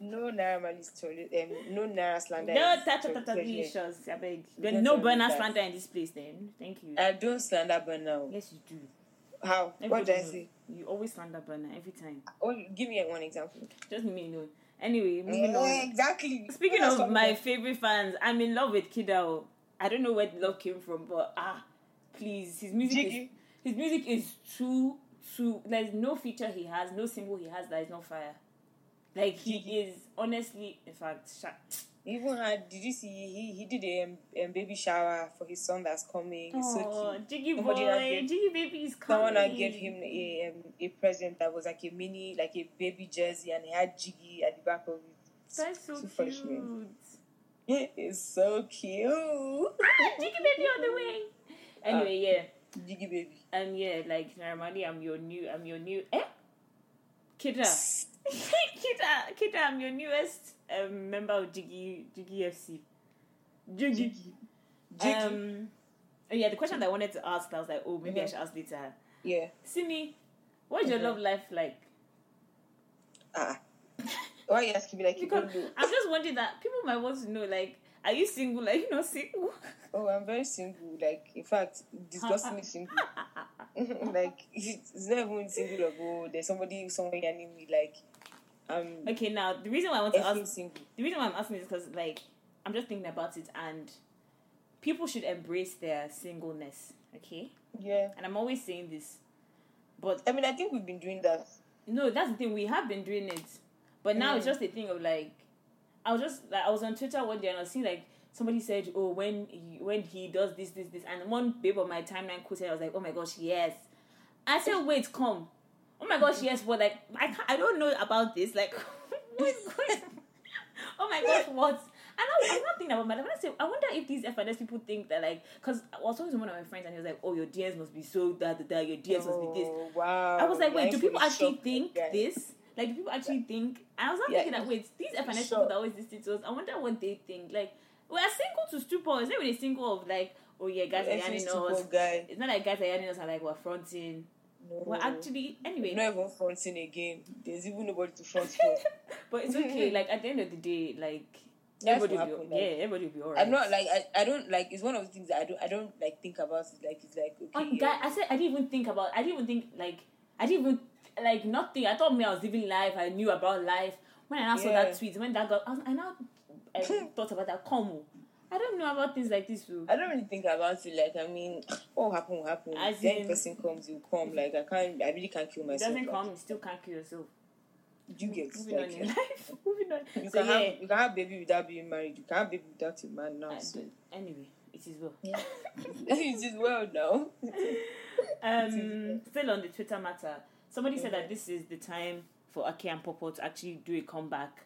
Speaker 2: no Nara Mani story, um, no Nara slander.
Speaker 1: no
Speaker 2: is
Speaker 1: touch
Speaker 2: to-
Speaker 1: touch
Speaker 2: to-
Speaker 1: issues. I beg.
Speaker 2: Don't
Speaker 1: There's no
Speaker 2: tell me
Speaker 1: burner
Speaker 2: that.
Speaker 1: slander in this place. Then thank you.
Speaker 2: I don't slander but now.
Speaker 1: yes, you do.
Speaker 2: How? What
Speaker 1: Everybody
Speaker 2: did I
Speaker 1: knows.
Speaker 2: say?
Speaker 1: You always slander burner every time.
Speaker 2: Oh, give me one example.
Speaker 1: Just leave me alone. Anyway, moving on.
Speaker 2: Yeah, exactly.
Speaker 1: Speaking
Speaker 2: That's
Speaker 1: of
Speaker 2: what-
Speaker 1: my favorite fans, I'm in love with Kidao. I don't know where the love came from, but ah, please, his music is
Speaker 2: Jiggy.
Speaker 1: his music is too too. There's no feature he has, no symbol he has that is not fire. Like he
Speaker 2: Jiggy.
Speaker 1: is honestly, in fact, sha-
Speaker 2: He even had did you see he he did a um, um, baby shower for his son that's coming It's so
Speaker 1: oh,
Speaker 2: cute.
Speaker 1: Jiggy boy,
Speaker 2: Somebody that gave-
Speaker 1: Jiggy baby is coming.
Speaker 2: someone had gave him a um, a present that was like a mini like a baby jersey and he had jiggy at the back of it
Speaker 1: That's so
Speaker 2: It's
Speaker 1: cute.
Speaker 2: fresh, man. it is so cute
Speaker 1: Ah, Jiggy baby on the way. Anyway, yeah.
Speaker 2: jiggy baby
Speaker 1: Um, yeah, like normally I'm your new, I'm your new, eh? Kidda, Kidda, Kidda, I'm your newest um, member of Jiggy Jiggy FC. Jiggy.
Speaker 2: Jiggy.
Speaker 1: Um, oh yeah, the question that I wanted to ask, I was like, oh, maybe I should ask later.
Speaker 2: yeah
Speaker 1: Simi, what's your
Speaker 2: Mhm.
Speaker 1: love life like?
Speaker 2: ah why are you asking me like you
Speaker 1: Because
Speaker 2: don't know
Speaker 1: I'm just wondering that people might want to know, like, are you single? Are you not single?
Speaker 2: oh I'm very single like in fact disgustingly single like it's not even single of oh there's somebody somewhere yanning me like I'm
Speaker 1: okay, now the reason why I want to
Speaker 2: effing
Speaker 1: ask
Speaker 2: single
Speaker 1: the reason why I'm asking is because like I'm just thinking about it and people should embrace their singleness, okay?
Speaker 2: yeah.
Speaker 1: And I'm always saying this, but
Speaker 2: I mean, I think we've been doing that.
Speaker 1: no, that's the thing. We have been doing it, but now it's
Speaker 2: Mm.
Speaker 1: just a thing of like, I was just like I was on Twitter one day and I was seeing like somebody said, oh, when he, when he does this, this, this, and one babe on my timeline quoted, I was like, oh my gosh, yes. I said, wait, come. Oh my gosh, yes, but like I can't, I don't know about this. Like, what is going? on? oh my gosh, what? And I was, I was not thinking about my life. And I said, I wonder if these FNS people think that like, because I was talking to one of my friends and he was like, oh, your DMs must be so that that your DMs must be this.
Speaker 2: Oh, wow.
Speaker 1: I was like, wait,
Speaker 2: Life
Speaker 1: do
Speaker 2: is
Speaker 1: people actually
Speaker 2: shocking,
Speaker 1: think
Speaker 2: guys.
Speaker 1: this? Like, do people actually think? I was not
Speaker 2: Yeah,
Speaker 1: thinking that, wait, these FNS people
Speaker 2: sure.
Speaker 1: that always listen to us, I wonder what they think. Like, we're single to stupor. It's not really single of, like, oh yeah, guys are
Speaker 2: Life
Speaker 1: yanning
Speaker 2: is too
Speaker 1: us.
Speaker 2: poor, guy.
Speaker 1: It's not like guys are yanning us and, like, we're fronting.
Speaker 2: No.
Speaker 1: Well, actually, anyway,
Speaker 2: not even fronting again. There's even nobody to front for.
Speaker 1: but it's okay. like at the end of the day, like
Speaker 2: That's what
Speaker 1: everybody, will be,
Speaker 2: happened.
Speaker 1: yeah,
Speaker 2: like,
Speaker 1: everybody will be alright.
Speaker 2: I'm not like I, I don't like it's one of the things that I don't I don't like think about it like it's like
Speaker 1: Oh,
Speaker 2: okay
Speaker 1: guy, I said I didn't even think about. I didn't even think like I didn't even like nothing. I thought me I was living life. I knew about life. When I now saw
Speaker 2: Yeah.
Speaker 1: that tweet, when that got, I, was, I now I thought about that. Como, I don't know about things like this. Too.
Speaker 2: I don't really think about it like I mean what will happen will happen.
Speaker 1: As
Speaker 2: then
Speaker 1: in-
Speaker 2: person comes you come like I can't I really can't kill
Speaker 1: It
Speaker 2: myself.
Speaker 1: doesn't
Speaker 2: like,
Speaker 1: come, you still can't kill yourself.
Speaker 2: You get
Speaker 1: Moving on
Speaker 2: like,
Speaker 1: in life. Moving on.
Speaker 2: you
Speaker 1: So
Speaker 2: can
Speaker 1: yeah.
Speaker 2: have you can have baby without being married. You can have baby without your man now.
Speaker 1: I
Speaker 2: So.
Speaker 1: don't- anyway, it is well.
Speaker 2: Yeah. it's just well now.
Speaker 1: Um, still on the Twitter matter, somebody said
Speaker 2: Mm-hmm.
Speaker 1: that this is the time for Ake and Popo to actually do a comeback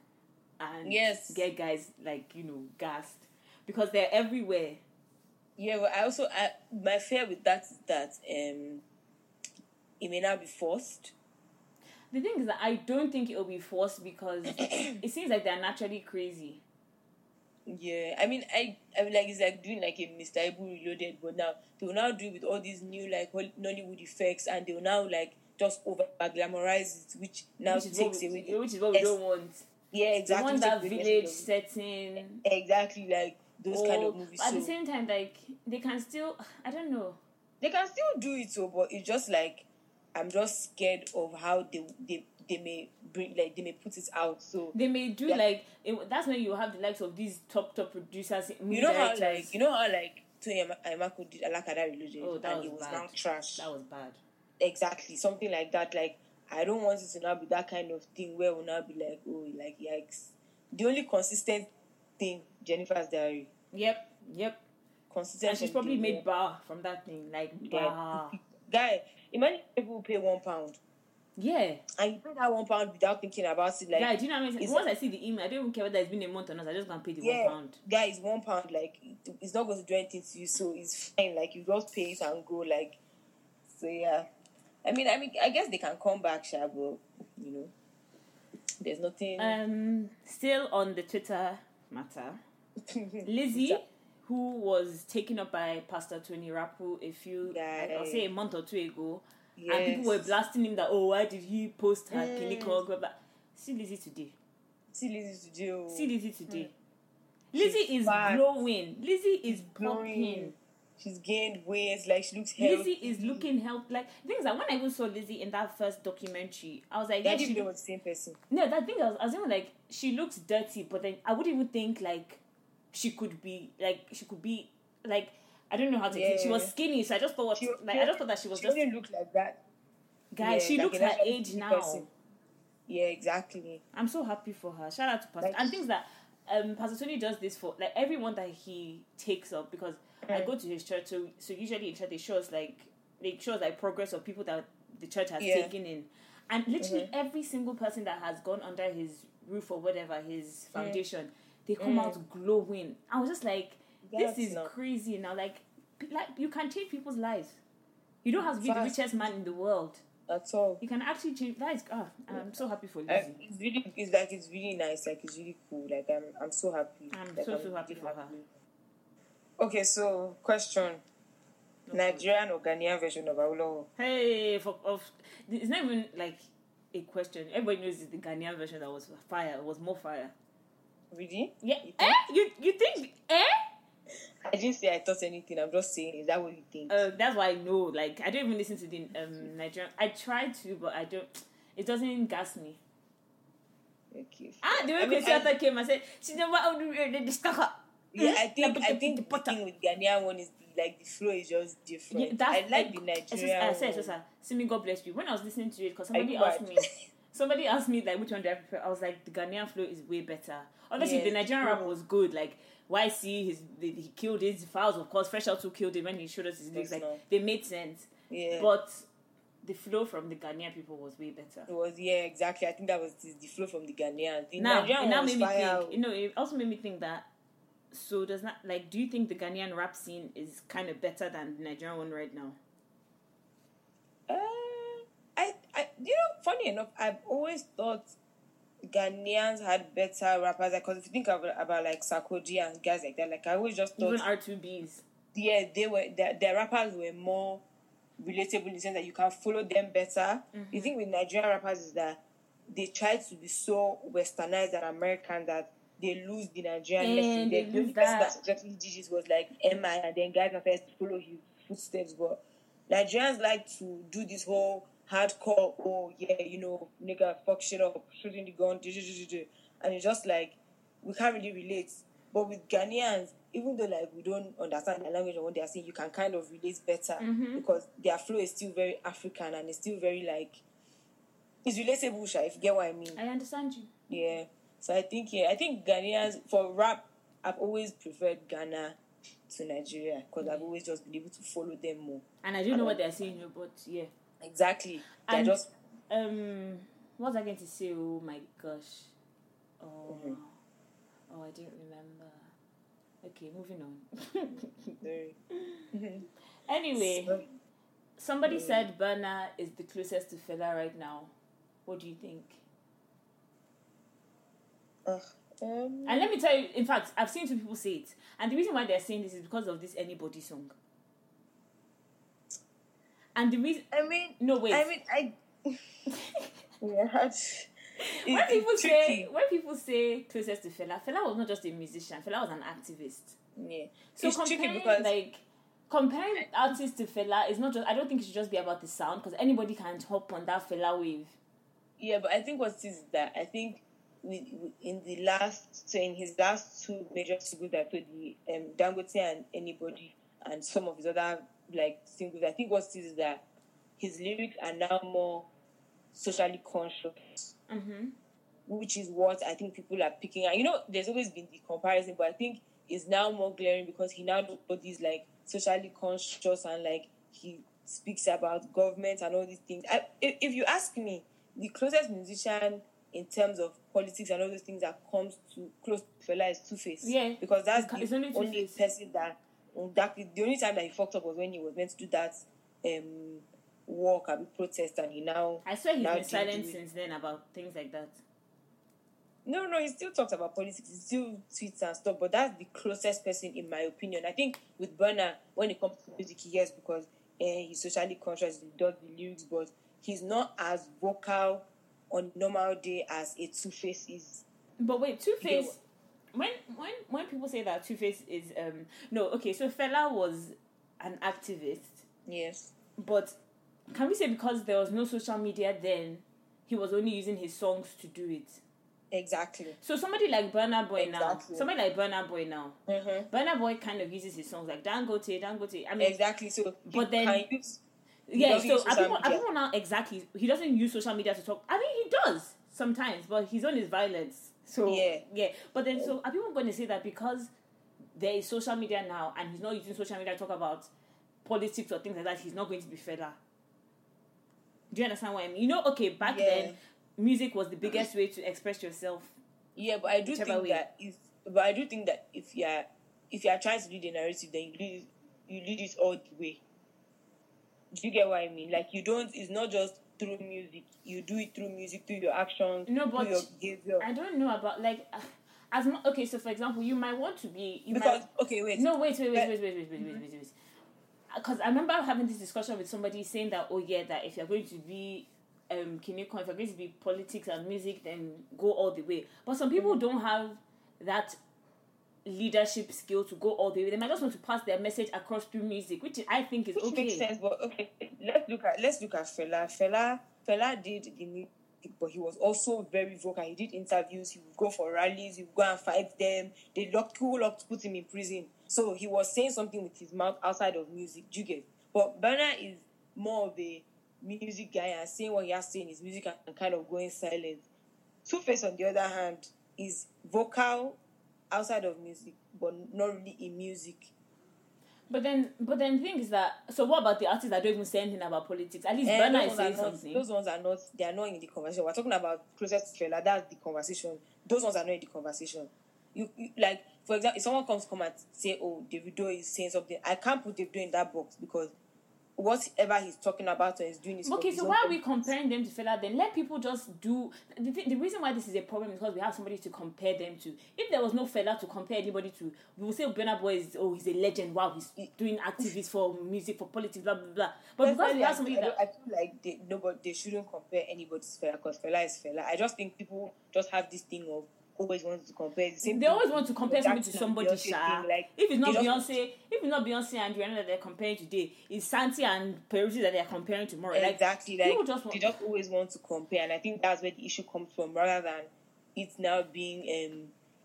Speaker 1: and
Speaker 2: Yes.
Speaker 1: get guys like you know gassed because they're everywhere.
Speaker 2: Yeah, but I also I, my fear with that is that um it may not be forced.
Speaker 1: The thing is that I don't think it will be forced because it seems like they're naturally crazy.
Speaker 2: Yeah, I mean, I I mean, like it's like doing like a Mr. Ibu reloaded, but now they will now do it with all these new like Hol- Nollywood effects, and they will now like just over glamorize it, which now
Speaker 1: Which is, what
Speaker 2: takes
Speaker 1: we,
Speaker 2: away. The,
Speaker 1: which is what we
Speaker 2: Yes.
Speaker 1: don't want.
Speaker 2: yeah,
Speaker 1: We
Speaker 2: exactly.
Speaker 1: want
Speaker 2: takes
Speaker 1: that
Speaker 2: away the
Speaker 1: village
Speaker 2: essence
Speaker 1: setting.
Speaker 2: of it. Exactly, like those kind
Speaker 1: old,
Speaker 2: of movies.
Speaker 1: Oh, but at the
Speaker 2: so-
Speaker 1: same time, like they can still, I don't know.
Speaker 2: they can still do it so but it's just like i'm just scared of how they they, they may bring like they may put it out so
Speaker 1: They may do
Speaker 2: Yeah.
Speaker 1: like it, that's when you have the likes of these top top producers.
Speaker 2: you know how like you know how like Tony Imako did Alakada Reloaded
Speaker 1: Oh, that
Speaker 2: and
Speaker 1: was
Speaker 2: it was
Speaker 1: bad.
Speaker 2: now trash
Speaker 1: that was bad.
Speaker 2: exactly something like that like I don't want it to now be that kind of thing where we'll now be like oh like yikes the only consistent thing Jennifer's diary
Speaker 1: Yep, yep.
Speaker 2: consistent
Speaker 1: And she's
Speaker 2: from
Speaker 1: probably
Speaker 2: day
Speaker 1: made
Speaker 2: one.
Speaker 1: bar from that thing, like
Speaker 2: yeah.
Speaker 1: bar.
Speaker 2: guy imagine people who pay one pound
Speaker 1: Yeah,
Speaker 2: and you pay that one pound without thinking about it like
Speaker 1: yeah. Do you know what I mean?
Speaker 2: it's-
Speaker 1: Once I see the email, I don't even care whether it's been a month or not. I just gonna pay the
Speaker 2: yeah,
Speaker 1: one pound.
Speaker 2: guys, one pound like it- it's not going to do anything to you, so it's fine. Like you just pay it and go. Like so, yeah. I mean, I mean, I guess they can come back, sha, but you know, there's nothing.
Speaker 1: Um, still on the Twitter matter, Lizzie,
Speaker 2: Twitter.
Speaker 1: who was taken up by Pastor Tony Rapu a few, I- I'll say a month or two ago, and people were
Speaker 2: Yes.
Speaker 1: blasting him that oh why did he post her mm. kidney
Speaker 2: Mm.
Speaker 1: call? blah, blah. See Lizzie today.
Speaker 2: See Lizzie to jail.
Speaker 1: See Lizzie today.
Speaker 2: Mm.
Speaker 1: Lizzie is
Speaker 2: fat.
Speaker 1: glowing. Lizzie is popping.
Speaker 2: Glowing. She's gained weight. Like she looks healthy.
Speaker 1: Lizzie is looking help like things that when I even saw Lizzie in that first documentary, I was like,
Speaker 2: Yeah, I
Speaker 1: yeah,
Speaker 2: didn't
Speaker 1: she,
Speaker 2: know it was the same person.
Speaker 1: no, that thing I was, I was even like, she looks dirty, but then I wouldn't even think like she could be like she could be like I don't know how to. explain. She was
Speaker 2: Yeah.
Speaker 1: skinny, so I just thought
Speaker 2: She-
Speaker 1: like I just thought that she was
Speaker 2: She
Speaker 1: just
Speaker 2: doesn't look like that.
Speaker 1: guy.
Speaker 2: yeah,
Speaker 1: she
Speaker 2: like
Speaker 1: looks
Speaker 2: a
Speaker 1: her
Speaker 2: natural
Speaker 1: age
Speaker 2: beauty
Speaker 1: now.
Speaker 2: person. Yeah, exactly.
Speaker 1: I'm so happy for her. Shout out to Pastor
Speaker 2: Like-
Speaker 1: and things that um Pastor Tony does this for like everyone that he takes up because I
Speaker 2: Mm.
Speaker 1: go to his church so so usually in church they show us like they show us like progress of people that the church has
Speaker 2: Yeah. Mm-hmm.
Speaker 1: taken in. And literally every single person that has gone under his roof or whatever, his foundation, they come
Speaker 2: Mm.
Speaker 1: out glowing. I was just like,
Speaker 2: That's
Speaker 1: this is
Speaker 2: not-
Speaker 1: crazy now. Like p- like you can change people's lives. You don't have to be the
Speaker 2: Fast.
Speaker 1: richest man in the world.
Speaker 2: At all.
Speaker 1: You can actually change that is ah, I'm so happy for you.
Speaker 2: Uh, it's really, it's like it's really nice. Like it's really cool. Like I'm, I'm so happy.
Speaker 1: I'm
Speaker 2: Like,
Speaker 1: so, so happy
Speaker 2: really
Speaker 1: for her.
Speaker 2: Okay, so question: Nigerian or Ghanaian version of Awolowo?
Speaker 1: Hey, for, of it's not even like a question. Everybody knows it's the Ghanaian version that was fire. It was more fire.
Speaker 2: Really?
Speaker 1: Yeah.
Speaker 2: You think?
Speaker 1: eh? You you think? Eh?
Speaker 2: I didn't say I thought anything. I'm just saying. Is that what you think?
Speaker 1: Uh, that's why I know. Like I don't even listen to the um Nigerian. I try to, but I don't. It doesn't gas me.
Speaker 2: okay.
Speaker 1: Ah, the way
Speaker 2: I mean,
Speaker 1: Kwesi
Speaker 2: I-
Speaker 1: Arthur came and said, "She's the one who did the discover."
Speaker 2: Yeah, I
Speaker 1: Mm.
Speaker 2: think
Speaker 1: Like,
Speaker 2: I
Speaker 1: but the
Speaker 2: think the
Speaker 1: butter.
Speaker 2: thing with Ghanaian one is like the flow is just different.
Speaker 1: Yeah, that's
Speaker 2: I like the
Speaker 1: it's
Speaker 2: Nigerian.
Speaker 1: just, I said,
Speaker 2: one.
Speaker 1: it's just, uh, Simi, God bless you. When I was listening to it, because
Speaker 2: Are you
Speaker 1: somebody asked
Speaker 2: mad?
Speaker 1: me, somebody asked me like which one do I prefer? I was like the Ghanaian flow is way better. Obviously,
Speaker 2: Yeah,
Speaker 1: the Nigerian rap
Speaker 2: true.
Speaker 1: was good. Like YC, his the, he killed his fouls. Of course, Fresh Out who killed him when he showed us his lyrics. Like
Speaker 2: Personal.
Speaker 1: they made sense,
Speaker 2: yeah.
Speaker 1: but the flow from the Ghanaian people was way better.
Speaker 2: it was yeah exactly. I think that was the, the flow from the Ghanaian. The
Speaker 1: now,
Speaker 2: Nigerian
Speaker 1: it now
Speaker 2: one was
Speaker 1: made me
Speaker 2: fire.
Speaker 1: think. You know, it also made me think that. So does not like. Do you think the Ghanaian rap scene is kind of better than the Nigerian one right now?
Speaker 2: Uh, I, I, you know, funny enough, I've always thought Ghanaians had better rappers. Because if you think about, about like Sarkozy and guys like that, like I always just thought,
Speaker 1: Even R two Bs.
Speaker 2: yeah, they were their, their rappers were more relatable in the sense that you can follow them better.
Speaker 1: Mm-hmm.
Speaker 2: The thing with Nigerian rappers is that they try to be so westernized and American that they lose the Nigerian
Speaker 1: Yeah,
Speaker 2: message.
Speaker 1: they
Speaker 2: The- the
Speaker 1: lose
Speaker 2: only person
Speaker 1: that.
Speaker 2: suggested Gigi's was like Emma, and then guys are first to follow his footsteps. But Nigerians like to do this whole hardcore, oh yeah, you know, nigga, fuck shit up, shooting the gun, do, do, do, do, do. and it's just like we can't really relate. But with Ghanaians, even though like we don't understand the language and what they are saying, you can kind of relate better because their flow is still very African and it's still very like it's relatable, Sha, if you get what I mean.
Speaker 1: I understand you.
Speaker 2: Yeah. So I think yeah, I think Ghanaians for rap, I've always preferred Ghana to Nigeria because I've always just been able to follow them more.
Speaker 1: And I do know what they're saying, you know, but yeah.
Speaker 2: Exactly. They're
Speaker 1: And-
Speaker 2: just
Speaker 1: Um, what was I going to say? Oh my gosh. Oh, oh, I didn't remember. Okay, moving on.
Speaker 2: very.
Speaker 1: anyway, somebody said Burner is the closest to Fela right now. What do you think?
Speaker 2: Ugh. um,
Speaker 1: And let me tell you, in fact, I've seen two people say it. And the reason why they're saying this is because of this Anybody song. And the reason.
Speaker 2: I mean,
Speaker 1: No, wait.
Speaker 2: I mean, I. yeah, that's- it-
Speaker 1: when
Speaker 2: it's
Speaker 1: people say
Speaker 2: tricky.
Speaker 1: when people say closest to Fela, Fela was not just a musician. Fela was an activist.
Speaker 2: yeah,
Speaker 1: So
Speaker 2: it's tricky
Speaker 1: comparing
Speaker 2: because
Speaker 1: like comparing artist to Fela is not just. I don't think it should just be about the sound because anybody can hop on that Fela wave.
Speaker 2: Yeah, but I think what it is is that I think we, we- in the last so in his last two major singles that I played the um, Dangote and Anybody and some of his other like singles, I think what it is is that his lyrics are now more socially conscious,
Speaker 1: Mm-hmm.
Speaker 2: which is what I think people are picking. And you know, there's always been the comparison, but I think it's now more glaring because he now does all these like socially conscious and like he speaks about government and all these things. I, if, if you ask me, the closest musician in terms of politics and all those things that comes to close to Fela is Two Face.
Speaker 1: Yeah.
Speaker 2: because that's
Speaker 1: It's
Speaker 2: the
Speaker 1: only
Speaker 2: only,
Speaker 1: Two-Face.
Speaker 2: person that that the only time that he fucked up was when he was meant to do that um walk and protest, and he now
Speaker 1: I swear he's
Speaker 2: now
Speaker 1: been
Speaker 2: did
Speaker 1: silent
Speaker 2: do it.
Speaker 1: since then about things like that.
Speaker 2: No, no, he still talks about politics. He still tweets and stuff. But that's the closest person, in my opinion. I think with Burner, when it comes to music, he yes, because eh, he's socially conscious. He does the lyrics, but he's not as vocal on normal day as a Two Face is.
Speaker 1: But wait, Two
Speaker 2: You get
Speaker 1: Face. When when when people say that Two Face is um no okay so Fela was an activist,
Speaker 2: Yes.
Speaker 1: but can we say because there was no social media then, he was only using his songs to do it.
Speaker 2: Exactly.
Speaker 1: So somebody like Burna Boy now,
Speaker 2: Exactly.
Speaker 1: somebody like Burna Boy now,
Speaker 2: Mm-hmm.
Speaker 1: Burna Boy kind of uses his songs like Dangote, Dangote. I mean,
Speaker 2: Exactly. So,
Speaker 1: But
Speaker 2: he
Speaker 1: then-
Speaker 2: can use, he
Speaker 1: yeah.
Speaker 2: doesn't
Speaker 1: So
Speaker 2: use
Speaker 1: are
Speaker 2: social
Speaker 1: people, are
Speaker 2: media.
Speaker 1: people now exactly? He doesn't use social media to talk. I mean, he does sometimes, but his own is violence. So
Speaker 2: Yeah.
Speaker 1: yeah. But then, so are people going to say that because there is social media now and he's not using social media to talk about politics or things like that, he's not going to be further? Do you understand what I mean? You know, okay, back
Speaker 2: Yeah.
Speaker 1: then, music was the biggest way to express yourself.
Speaker 2: Yeah, but I do
Speaker 1: Whichever
Speaker 2: think
Speaker 1: way.
Speaker 2: that if but I do think that if you're if you're trying to do the narrative, then you lose you lead it all the way. Do you get what I mean? Like you don't. It's not just through music. You do it through music, through your actions,
Speaker 1: No, but
Speaker 2: through your behavior.
Speaker 1: I don't know about like as mu okay. So for example, you might want to be you
Speaker 2: Because Eh.
Speaker 1: might,
Speaker 2: okay, wait.
Speaker 1: no wait wait wait wait wait wait wait wait wait wait. Because I remember having this discussion with somebody saying that oh yeah that if you're going to be um Kinecon, if you're going to be politics and music then go all the way. But some
Speaker 2: Mm-hmm.
Speaker 1: people don't have that leadership skill to go all the way. They might just want to pass their message across through music, which I think is
Speaker 2: which
Speaker 1: okay.
Speaker 2: makes sense. But okay, let's look at let's look at Fela. Fela Fela did the music, but he was also very vocal. He did interviews. He would go for rallies. He would go and fight them. They locked who locked put him in prison. So he was saying something with his mouth outside of music. Do you get? But Burner is more of a music guy and saying what he has to say in his music and, and kind of going silent. Two Face, on the other hand, is vocal outside of music, but not really in music.
Speaker 1: But then, but then the thing is that so what about the artists that don't even say anything about politics? At least
Speaker 2: Eh,
Speaker 1: Burna
Speaker 2: those
Speaker 1: is
Speaker 2: ones are
Speaker 1: saying
Speaker 2: not-
Speaker 1: something.
Speaker 2: Those ones are not. They are not in the conversation. We're talking about closest to Fela. That's the conversation. Those ones are not in the conversation. You, you like, for example, if someone comes come and say, "Oh, Davido is saying something," I can't put Davido in that box because whatever he's talking about or he's doing is for
Speaker 1: Okay,
Speaker 2: his
Speaker 1: so
Speaker 2: own
Speaker 1: why are we
Speaker 2: benefit.
Speaker 1: comparing them to fella? Then let people just do. The, thi- the reason why this is a problem is because we have somebody to compare them to. If there was no fella to compare anybody to, we would say Burna Boy is oh he's a legend. Wow, he's e-, doing activists for music for politics, blah blah blah. But because
Speaker 2: Personally,
Speaker 1: we have somebody
Speaker 2: I, feel-
Speaker 1: that
Speaker 2: I, don't- I feel like they, nobody they shouldn't compare anybody's fella because fella is fella. I just think people just have this thing of always wants to compare the same.
Speaker 1: they
Speaker 2: thing
Speaker 1: always want to compare
Speaker 2: Jackson
Speaker 1: somebody to
Speaker 2: and
Speaker 1: somebody.
Speaker 2: Beyonce
Speaker 1: Sha.
Speaker 2: thing, like,
Speaker 1: if it's not
Speaker 2: they
Speaker 1: Beyonce,
Speaker 2: just-
Speaker 1: if it's not Beyonce and Rihanna that they're comparing today, it's Santi and Peruzzi that they're comparing tomorrow. Like,
Speaker 2: exactly like
Speaker 1: people just want-
Speaker 2: they just always want to compare, and I think that's where the issue comes from, rather than it's now being um,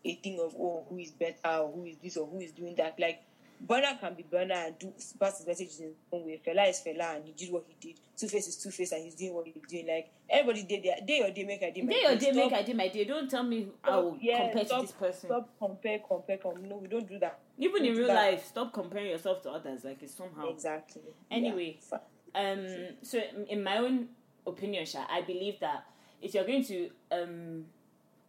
Speaker 2: a thing of oh who is better or who is this or who is doing that. Like Burner can be Burner and do pass his message in his own way. Fella is Fella and he did what he did. Two Face is Two Face and he's doing what he's doing. Like everybody did their day or day make I did my
Speaker 1: day or day,
Speaker 2: Stop-
Speaker 1: make I did my day. Don't tell me I will
Speaker 2: yeah,
Speaker 1: compare
Speaker 2: stop-
Speaker 1: to this person.
Speaker 2: Stop compare compare compare. No, we don't do that.
Speaker 1: Even in
Speaker 2: Don't do
Speaker 1: real
Speaker 2: that.
Speaker 1: life, stop comparing yourself to others. Like it's somehow.
Speaker 2: Exactly.
Speaker 1: Anyway.
Speaker 2: Yeah.
Speaker 1: Um. So in- in my own opinion, Sha, I believe that if you're going to um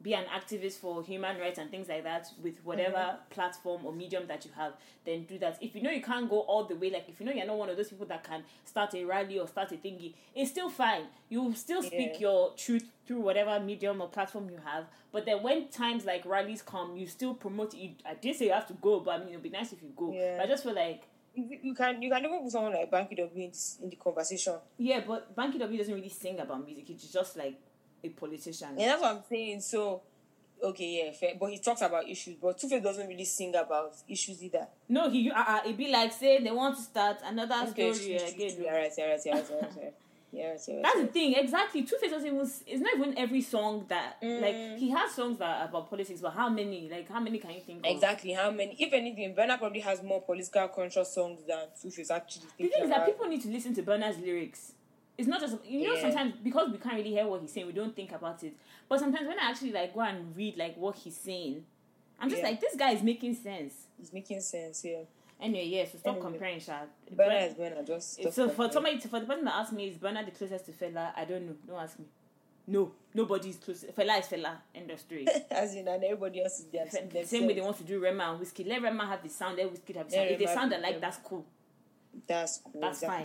Speaker 1: be an activist for human rights and things like that with whatever
Speaker 2: Mm-hmm.
Speaker 1: platform or medium that you have, then do that. If you know you can't go all the way, like if you know you're not one of those people that can start a rally or start a thingy, it's still fine. You still speak
Speaker 2: Yeah.
Speaker 1: your truth through whatever medium or platform you have. But then when times like rallies come, you still promote it. I did say you have to go, but I mean it'd be nice if you go.
Speaker 2: Yeah.
Speaker 1: But I just feel like
Speaker 2: You you can you can even put someone like Banky W in, this, in the conversation.
Speaker 1: Yeah, but Banky W doesn't really sing about music. He's just like a politician.
Speaker 2: Yeah, that's what I'm saying. So, okay, yeah, fair. But he talks about issues, but Two Face doesn't really sing about issues either.
Speaker 1: No, he uh, uh, it'd be like saying they want to start another story
Speaker 2: Okay, true, true,
Speaker 1: again.
Speaker 2: true. Yeah, right, yeah, right, yeah, right, yeah, right, yeah, right, yeah, right, yeah, right.
Speaker 1: That's the thing, exactly. Two Face doesn't even. s- It's not even every song that like
Speaker 2: Mm.
Speaker 1: he has songs that are about politics, but how many? Like how many can you think of?
Speaker 2: Exactly. How many? If anything, Burna probably has more political conscious songs than Two Face actually.
Speaker 1: The thing
Speaker 2: thinking
Speaker 1: is that
Speaker 2: about.
Speaker 1: people need to listen to Burner's lyrics. It's not just you know
Speaker 2: Yeah.
Speaker 1: sometimes because we can't really hear what he's saying, we don't think about it. But sometimes when I actually like go and read like what he's saying, I'm just
Speaker 2: Yeah.
Speaker 1: like this guy is making sense.
Speaker 2: It's making sense. Yeah,
Speaker 1: Anyway, yeah. So stop
Speaker 2: Anyway.
Speaker 1: comparing, Shad.
Speaker 2: Burna is Burna. Just
Speaker 1: It's
Speaker 2: just
Speaker 1: so for
Speaker 2: compare.
Speaker 1: somebody for the person that asked me is Bernard the closest to Fela? I don't know. Don't ask me. No, nobody's close. Fela is Fela. End of story.
Speaker 2: as in, and everybody else is there.
Speaker 1: Fe- Same way they want to do Rema and whiskey. Let Rema have the sound. Let whiskey have the sound.
Speaker 2: Let
Speaker 1: If they
Speaker 2: Rema
Speaker 1: sound
Speaker 2: be
Speaker 1: alike,
Speaker 2: Rema.
Speaker 1: that's cool.
Speaker 2: That's cool.
Speaker 1: That's fine.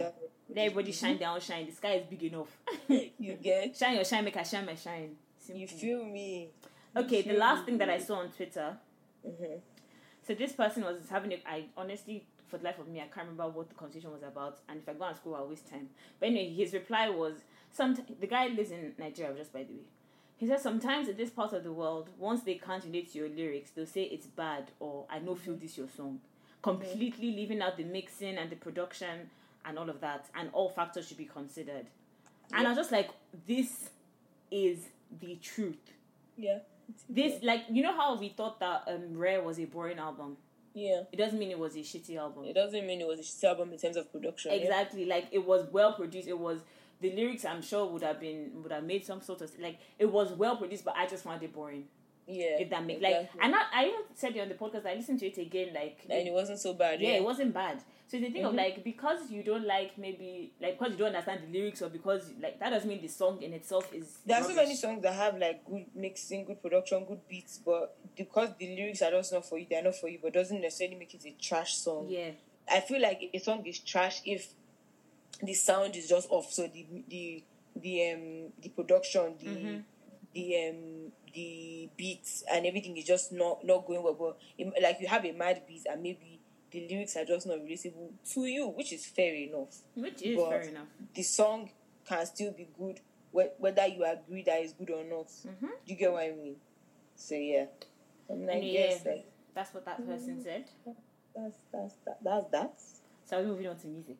Speaker 1: Let everybody shine their own shine. The sky is big enough.
Speaker 2: You get.
Speaker 1: shine your shine. Make I shine my shine. Simple.
Speaker 2: You feel me?
Speaker 1: okay, the
Speaker 2: feel
Speaker 1: last thing that I
Speaker 2: me.
Speaker 1: saw on Twitter.
Speaker 2: Mhm.
Speaker 1: So this person was having a. I honestly, for the life of me, I can't remember what the conversation was about. And if I go on school, I'll waste time. But anyway, his reply was some. The guy lives in Nigeria, just by the way. He says sometimes in this part of the world, once they can't relate to your lyrics, they'll say it's bad or I know feel this your song, completely leaving out the mixing and the production and all of that, and all factors should be considered. And I was just like, this is the truth.
Speaker 2: Yeah.
Speaker 1: This like you know how we thought that um, Rare was a boring album.
Speaker 2: Yeah.
Speaker 1: It doesn't mean it was a shitty album.
Speaker 2: It doesn't mean it was a shitty album in terms of production. yeah?
Speaker 1: Exactly. Like it was well produced. It was the lyrics I'm sure would have been would have made some sort of like it was well produced, but I just found it boring.
Speaker 2: Yeah.
Speaker 1: If that makes like
Speaker 2: exactly.
Speaker 1: and I, I even said it on the podcast, I listened to it again, like
Speaker 2: and it wasn't so bad.
Speaker 1: yeah,
Speaker 2: Yeah.
Speaker 1: it wasn't bad. So the thing of
Speaker 2: Mhm.
Speaker 1: like because you don't like maybe like because you don't understand the lyrics or because like that doesn't mean the song in itself is
Speaker 2: There are so many
Speaker 1: rubbish.
Speaker 2: songs that have like good mixing, good production, good beats, but because the lyrics are just not for you, they're not for you, but doesn't necessarily make it a trash song.
Speaker 1: Yeah.
Speaker 2: I feel like a song is trash if the sound is just off. So the the the um the production, the
Speaker 1: Mhm.
Speaker 2: the um the beats and everything is just not not going well. But im- like you have a mad beat and maybe the lyrics are just not relatable to you, which is fair enough.
Speaker 1: Which is
Speaker 2: But-
Speaker 1: fair enough.
Speaker 2: The song can still be good whe- whether you agree that it's good or not.
Speaker 1: Mhm.
Speaker 2: Do you get what I mean? So yeah, I mean Mm-hmm. I
Speaker 1: And
Speaker 2: guess
Speaker 1: yeah.
Speaker 2: like,
Speaker 1: That's what that person
Speaker 2: Mm-hmm.
Speaker 1: said.
Speaker 2: that's that's that, that's that.
Speaker 1: So we're moving on to music.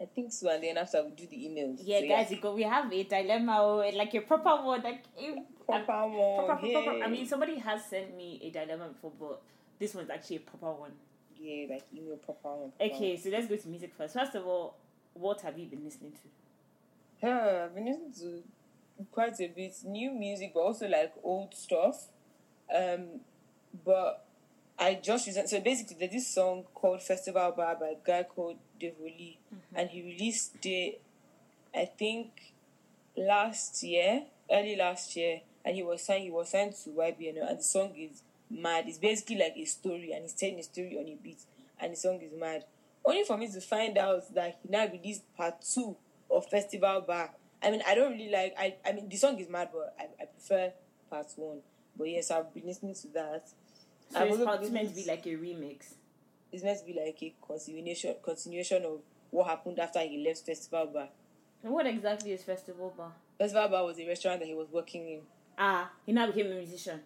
Speaker 2: I think so, and then after we do the emails.
Speaker 1: Yeah,
Speaker 2: so,
Speaker 1: guys, you go. we have a dilemma, oh, like a proper one. Like, if,
Speaker 2: Proper
Speaker 1: I,
Speaker 2: one.
Speaker 1: proper, proper,
Speaker 2: yeah.
Speaker 1: I mean, somebody has sent me a dilemma before, but this one's actually a proper one.
Speaker 2: yeah, like email proper one. proper
Speaker 1: Okay, so let's go to music first. First of all, what have you been listening to?
Speaker 2: one. Yeah, I've been listening to quite a bit new music, but also like old stuff. Um, but I just recent so basically there's this song called Festival Bar by a guy called Devoli,
Speaker 1: Mm-hmm.
Speaker 2: and he released it, I think, last year, early last year, and he was signed. He was signed to YBN, and the song is mad. It's basically like a story, and he's telling a story on a beat, and the song is mad. only for me to find out that he now released part two of Festival Bar. I mean, I don't really like. I I mean, the song is mad, but I, I prefer part one. But yes, I've been listening to that.
Speaker 1: So
Speaker 2: I've
Speaker 1: it's
Speaker 2: also
Speaker 1: probably
Speaker 2: been
Speaker 1: meant to be
Speaker 2: listening-
Speaker 1: like a remix.
Speaker 2: It's meant to be like a continuation continuation of what happened after he left Festival Bar.
Speaker 1: And what exactly is Festival Bar?
Speaker 2: Festival Bar was a restaurant that he was working in.
Speaker 1: Ah, he now became a musician.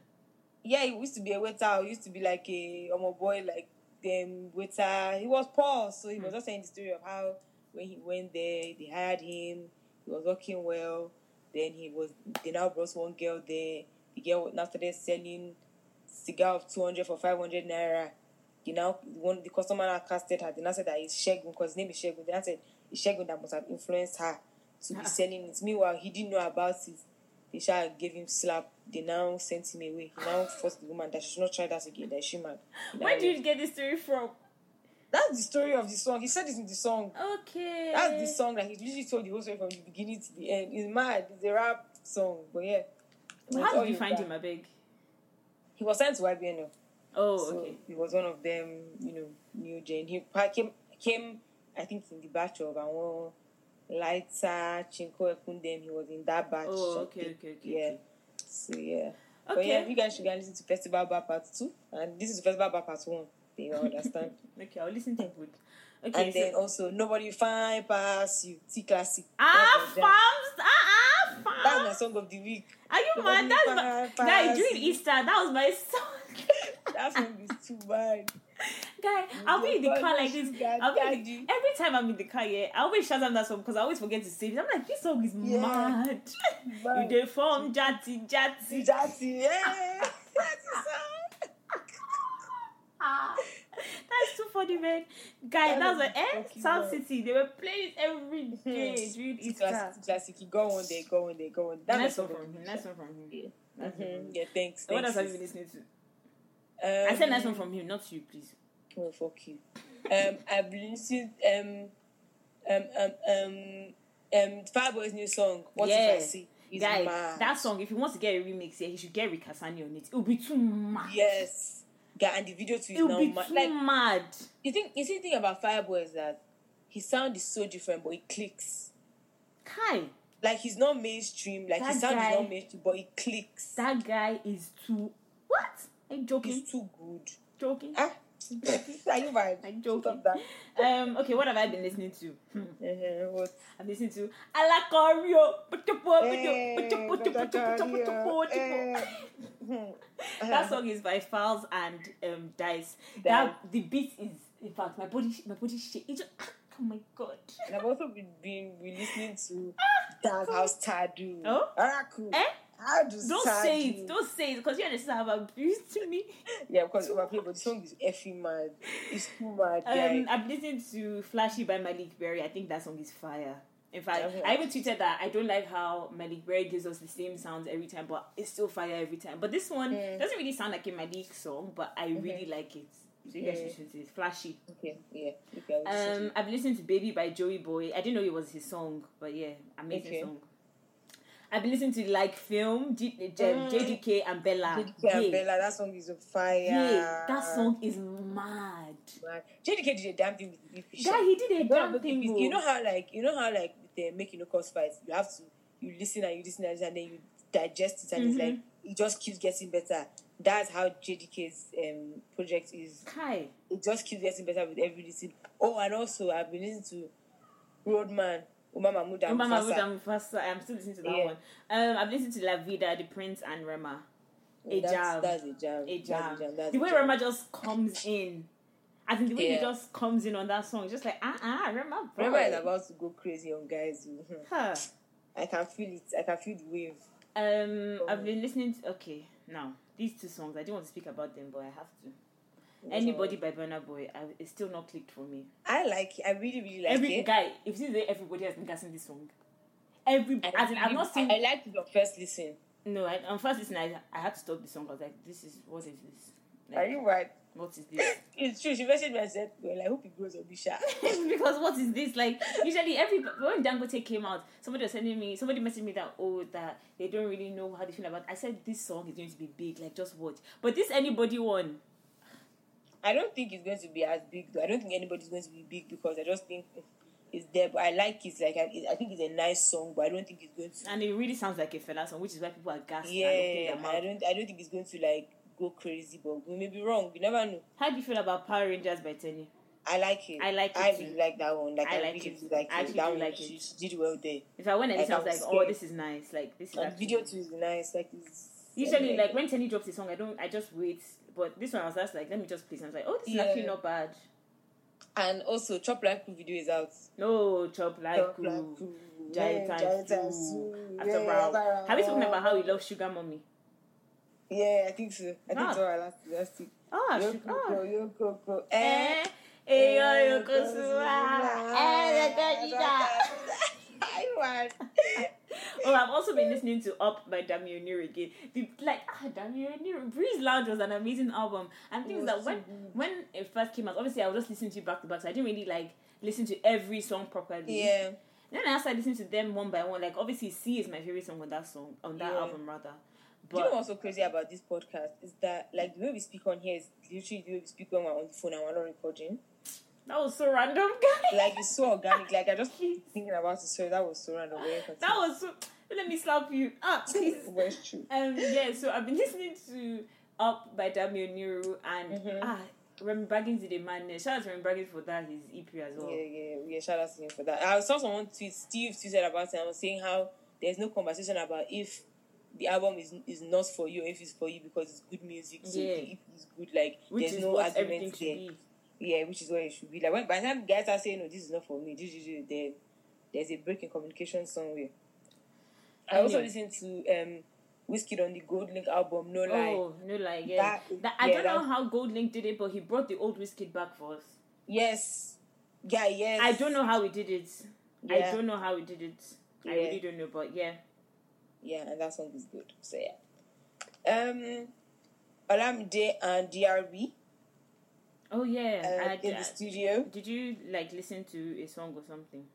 Speaker 2: Yeah, he used to be a waiter. He used to be like a um, a boy, like them waiter. He was poor, so he was just saying the story of how when he went there, they hired him. He was working well. Then he was they now brought one girl there. The girl now started selling cigar of two hundred for five hundred naira. You know, one the customer now casted her. They now said that it's Shegun because his name is Shegun. They now said it's Shegun that must have influenced her to
Speaker 1: Ah.
Speaker 2: be selling it. Meanwhile, he didn't know about it. They shall gave him slap. They now sent him away. He now forced the woman that she should not try that again. That she mad. He now
Speaker 1: Where did
Speaker 2: left.
Speaker 1: you get this story from?
Speaker 2: That's the story of the song. He said it in the song.
Speaker 1: Okay.
Speaker 2: That's the song that he literally told the whole story from the beginning to the end. It's mad. It's a rap song, but yeah.
Speaker 1: How did you find him, abeg?
Speaker 2: He was sent to YBN.
Speaker 1: Oh,
Speaker 2: so
Speaker 1: okay.
Speaker 2: he was one of them. You know, new gen. He pa- came came. I think in the batch of our lighter Chinko Ekundem. He was in that batch.
Speaker 1: Oh,
Speaker 2: I
Speaker 1: okay,
Speaker 2: think.
Speaker 1: okay, okay,
Speaker 2: Yeah.
Speaker 1: okay.
Speaker 2: So yeah. But yeah,
Speaker 1: Okay.
Speaker 2: you guys should go and listen to Festival Bar Part 2. And this is Festival Bar Part 1. They will understand.
Speaker 1: Okay, I'll listen to good. Okay.
Speaker 2: and
Speaker 1: so-
Speaker 2: then also, Nobody Fine Pass You, T Classic.
Speaker 1: ah,
Speaker 2: That's my jam.
Speaker 1: farms. Ah, ah,
Speaker 2: That's my
Speaker 1: farms.
Speaker 2: song of the week.
Speaker 1: Are you mad? Oh, That's my
Speaker 2: Nobody
Speaker 1: guy
Speaker 2: pass
Speaker 1: during
Speaker 2: you.
Speaker 1: Easter. That was my song.
Speaker 2: That song is too bad.
Speaker 1: Guy, I'll be in the
Speaker 2: Nobody
Speaker 1: car like this.
Speaker 2: sugar
Speaker 1: I'll be in the,
Speaker 2: daddy.
Speaker 1: every time I'm in the car, yeah, I always shout out that song because I always forget to save it. I'm like, this song is
Speaker 2: Yeah.
Speaker 1: mad.
Speaker 2: Mad.
Speaker 1: you deform, jatty, jatty.
Speaker 2: Jati, yeah. That's the song.
Speaker 1: Ah, that's too funny, man. Guy,
Speaker 2: That
Speaker 1: that was
Speaker 2: was
Speaker 1: an eh?
Speaker 2: fucking
Speaker 1: Sound
Speaker 2: wild.
Speaker 1: City. They were playing every day during
Speaker 2: T
Speaker 1: Easter.
Speaker 2: Classic, T Classic. Go on there, go on there, go on. That's my
Speaker 1: nice
Speaker 2: song
Speaker 1: one
Speaker 2: of the
Speaker 1: from him.
Speaker 2: week.
Speaker 1: Nice one from him.
Speaker 2: Yeah.
Speaker 1: Nice one from
Speaker 2: Mhm.
Speaker 1: him.
Speaker 2: Yeah, thanks.
Speaker 1: So what else
Speaker 2: thanks,
Speaker 1: have you been
Speaker 2: sis.
Speaker 1: listening to?
Speaker 2: Um,
Speaker 1: I said nice one from him, not you, please.
Speaker 2: Oh fuck you. Um, I've listened um, um, um, um, um, Fireboy's new song. What
Speaker 1: Yeah.
Speaker 2: if I see? Is
Speaker 1: Guy,
Speaker 2: mad.
Speaker 1: that song, if he wants to get a remix, yeah, he should get Rick Asani on it. It'll be too mad.
Speaker 2: Yes. Guy, and the video to it
Speaker 1: It'll
Speaker 2: now.
Speaker 1: be
Speaker 2: mad.
Speaker 1: too
Speaker 2: Like
Speaker 1: mad.
Speaker 2: you think you see the thing about Fireboy is that his sound is so different, but it clicks.
Speaker 1: Kai,
Speaker 2: Like he's not mainstream. Like
Speaker 1: That
Speaker 2: his sound
Speaker 1: guy-
Speaker 2: is not mainstream, but it clicks.
Speaker 1: that guy is too. What? I'm joking.
Speaker 2: He's too good.
Speaker 1: Joking.
Speaker 2: Ah. Are you mad?
Speaker 1: I'm joking.
Speaker 2: Stop that.
Speaker 1: Um. Okay. What have I been listening to? Hmm.
Speaker 2: Uh-huh, what? Eh,
Speaker 1: I'm listening to Alacario. Oh,
Speaker 2: Hey, Alacario. eh. Uh-huh.
Speaker 1: That song is by Files and um, Dice. That the beat is, in fact, my body, my body shake. It just, oh my god.
Speaker 2: And I've also been, been been listening to Dance House Tadu.
Speaker 1: Ah! Oh?
Speaker 2: Araku.
Speaker 1: Eh?
Speaker 2: How do
Speaker 1: Don't
Speaker 2: Tadu-
Speaker 1: say it. Don't say it because you understand how abused to me.
Speaker 2: Yeah, because overplayed, but the song is effing mad. It's too mad.
Speaker 1: Um,
Speaker 2: guy.
Speaker 1: I've listened to Flashy by Malik Berry. I think that song is fire. In fact,
Speaker 2: Okay.
Speaker 1: I even tweeted that I don't like how Malik Berry gives us the same sounds every time, but it's still fire every time. But this one
Speaker 2: Mm.
Speaker 1: doesn't really sound like a Malik song, but I
Speaker 2: Mm-hmm.
Speaker 1: really like it. So you guys should
Speaker 2: Mm.
Speaker 1: listen to it. Flashy.
Speaker 2: Okay, yeah. Okay, I'll listen to
Speaker 1: Um,
Speaker 2: it.
Speaker 1: I've listened to Baby by Joey Boy. I didn't know it was his song, but yeah, amazing
Speaker 2: Okay.
Speaker 1: song. I've been listening to like film, G- um,
Speaker 2: Mm.
Speaker 1: JDK and Bella.
Speaker 2: JDK and
Speaker 1: ah, Yeah.
Speaker 2: Bella, that song is on fire.
Speaker 1: Yeah. That song is mad.
Speaker 2: Mad. JDK did a damn thing with the Big Fish.
Speaker 1: Guy, he did a
Speaker 2: You know,
Speaker 1: damn
Speaker 2: with the
Speaker 1: thing.
Speaker 2: Big-
Speaker 1: oh.
Speaker 2: You know how like you know how like with the making no cause fights, you have to you listen and you listen and, listen and then you digest it and it's like
Speaker 1: Mm-hmm.
Speaker 2: it just keeps getting better. That's how JDK's um project is
Speaker 1: Kai.
Speaker 2: it just keeps getting better with every listen. Oh, and also I've been listening to Roadman, Umar Mahmoud and
Speaker 1: Mama
Speaker 2: Mufasa.
Speaker 1: Mama Mufasa. I'm still listening to that
Speaker 2: Yeah.
Speaker 1: one. Um, I've listened to La Vida, The Prince, and Rema. A
Speaker 2: Oh, That's,
Speaker 1: jam.
Speaker 2: that's a jam.
Speaker 1: A jam.
Speaker 2: That's a jam. That's
Speaker 1: the
Speaker 2: a
Speaker 1: way
Speaker 2: jam.
Speaker 1: Rema just comes in, I think the way he
Speaker 2: Yeah.
Speaker 1: just comes in on that song, it's just like ah ah Rema. boy.
Speaker 2: Rema is about to go crazy on guys. oh.
Speaker 1: Huh.
Speaker 2: I can feel it. I can feel the wave.
Speaker 1: Um, I've
Speaker 2: Oh.
Speaker 1: been listening. To, okay, now these two songs. I didn't want to speak about them, but I have to. Anybody by Burna Boy, I, it's still not clicked for me.
Speaker 2: I like it. I really, really like
Speaker 1: Every
Speaker 2: it.
Speaker 1: guy, if you see everybody has been guessing this song. Every, as in, I've not seen.
Speaker 2: I, I liked it on first listen.
Speaker 1: no, I, on first listen, I, I had to stop the song. I was like, "This is what is this? Like,
Speaker 2: Are you right?
Speaker 1: what is this?
Speaker 2: It's true. She messaged me and said, "Well, I hope it grows up, Bisha."
Speaker 1: because what is this? Like usually every when Dangote came out, somebody was sending me somebody messaged me that oh that they don't really know how they feel about I said this song is going to be big, like just watch. But this anybody one
Speaker 2: I don't think it's going to be as big though. I don't think anybody's going to be big because I just think it's there. But I like it. Like I, I think it's a nice song, but I don't think it's going to.
Speaker 1: And it really sounds like a fella song, which is why people are gasping.
Speaker 2: Yeah,
Speaker 1: and opening their
Speaker 2: I
Speaker 1: mouth.
Speaker 2: don't. I don't think it's going to like go crazy. But we may be wrong. We never know.
Speaker 1: How do you feel about Power Rangers by Tenny?
Speaker 2: I like it.
Speaker 1: I like it
Speaker 2: I
Speaker 1: too.
Speaker 2: really like that one. Like
Speaker 1: I
Speaker 2: I,
Speaker 1: like
Speaker 2: really
Speaker 1: it.
Speaker 2: do like
Speaker 1: I
Speaker 2: it.
Speaker 1: actually
Speaker 2: That
Speaker 1: do
Speaker 2: one
Speaker 1: like
Speaker 2: she,
Speaker 1: it.
Speaker 2: she did well there.
Speaker 1: If I went at this,
Speaker 2: Like,
Speaker 1: I was
Speaker 2: I'm
Speaker 1: like, oh,
Speaker 2: scared.
Speaker 1: this is nice. Like this is
Speaker 2: And the
Speaker 1: actually-
Speaker 2: video too is nice. Like it's
Speaker 1: Usually,
Speaker 2: yeah.
Speaker 1: like when Tenny drops his song, I don't, I just wait. But this one, I was just like, let me just please. I was like, oh, this
Speaker 2: Yeah.
Speaker 1: is actually not bad.
Speaker 2: and also Chop Like Cool video is out.
Speaker 1: No, chop like
Speaker 2: Chop
Speaker 1: cool.
Speaker 2: Cool.
Speaker 1: Giant
Speaker 2: Yeah,
Speaker 1: Times
Speaker 2: Giant
Speaker 1: Two.
Speaker 2: Times Two.
Speaker 1: After
Speaker 2: Yeah,
Speaker 1: round.
Speaker 2: after
Speaker 1: Have you spoken
Speaker 2: round.
Speaker 1: about how he loves Sugar Mommy?
Speaker 2: Yeah, I think so. I
Speaker 1: Ah.
Speaker 2: think so. Last last week.
Speaker 1: Ah,
Speaker 2: Yo,
Speaker 1: Sugar.
Speaker 2: Coco,
Speaker 1: ah.
Speaker 2: yo, Coco.
Speaker 1: Eh,
Speaker 2: Oh, Eh.
Speaker 1: eh, yo, yo, kosuwa.
Speaker 2: Ah,
Speaker 1: Eh, the Kojika. Oh, I've also been listening to Up by Damien Near again. The, like, ah, Damien Near, Breeze Lounge was an amazing album. And things that when when it first came out, obviously I was just listening to it back to back, so I didn't really like listen to every song properly.
Speaker 2: Yeah.
Speaker 1: Then I started listening to them one by one. Like, obviously, C is my favorite song on that song on that
Speaker 2: Yeah.
Speaker 1: album rather.
Speaker 2: you know
Speaker 1: But
Speaker 2: what's so crazy about this podcast is that like the way we speak on here is literally the way we speak when we're on the phone and we're not recording.
Speaker 1: that was so random, guys.
Speaker 2: Like it's so organic. Like I just keep thinking about it. So that was so random.
Speaker 1: that was so. Let me slap you. Ah, please.
Speaker 2: was true.
Speaker 1: Um, yeah, so I've been listening to Up by Damien Nuru and
Speaker 2: Mhm.
Speaker 1: ah, Remy Baggins did a madness. Shout out to Remy Baggins for that, his EP as well.
Speaker 2: Yeah, yeah, yeah. Shout out to him for that. I saw someone tweet. Steve tweeted about it. I was saying how there's no conversation about if the album is is not for you, or if it's for you because it's good music. So
Speaker 1: Yeah.
Speaker 2: if it's good, like
Speaker 1: Which
Speaker 2: there's
Speaker 1: is
Speaker 2: no
Speaker 1: what everything
Speaker 2: argument
Speaker 1: should
Speaker 2: there.
Speaker 1: be.
Speaker 2: Yeah, which is what it should be. Like when, by the time guys are saying, "No, this is not for me," this, this, this, there, there's a break in communication somewhere. I also
Speaker 1: Anyway.
Speaker 2: listened to um, Whiskey on the Gold Link album. No lie.
Speaker 1: Oh, no, like, yeah.
Speaker 2: That-
Speaker 1: That- I
Speaker 2: yeah,
Speaker 1: don't know
Speaker 2: that-
Speaker 1: how Gold Link did it, but he brought the old whiskey back for us.
Speaker 2: Yes. Yeah. Yes.
Speaker 1: I don't know how he did it. I
Speaker 2: Yeah.
Speaker 1: don't know how he did it. I
Speaker 2: Yeah.
Speaker 1: really don't know, but yeah.
Speaker 2: Yeah, and that song is good. So yeah. Um, Olamide and DRB
Speaker 1: Oh, yeah.
Speaker 2: uh,
Speaker 1: I,
Speaker 2: in the studio.
Speaker 1: did you, like, listen to a song or something?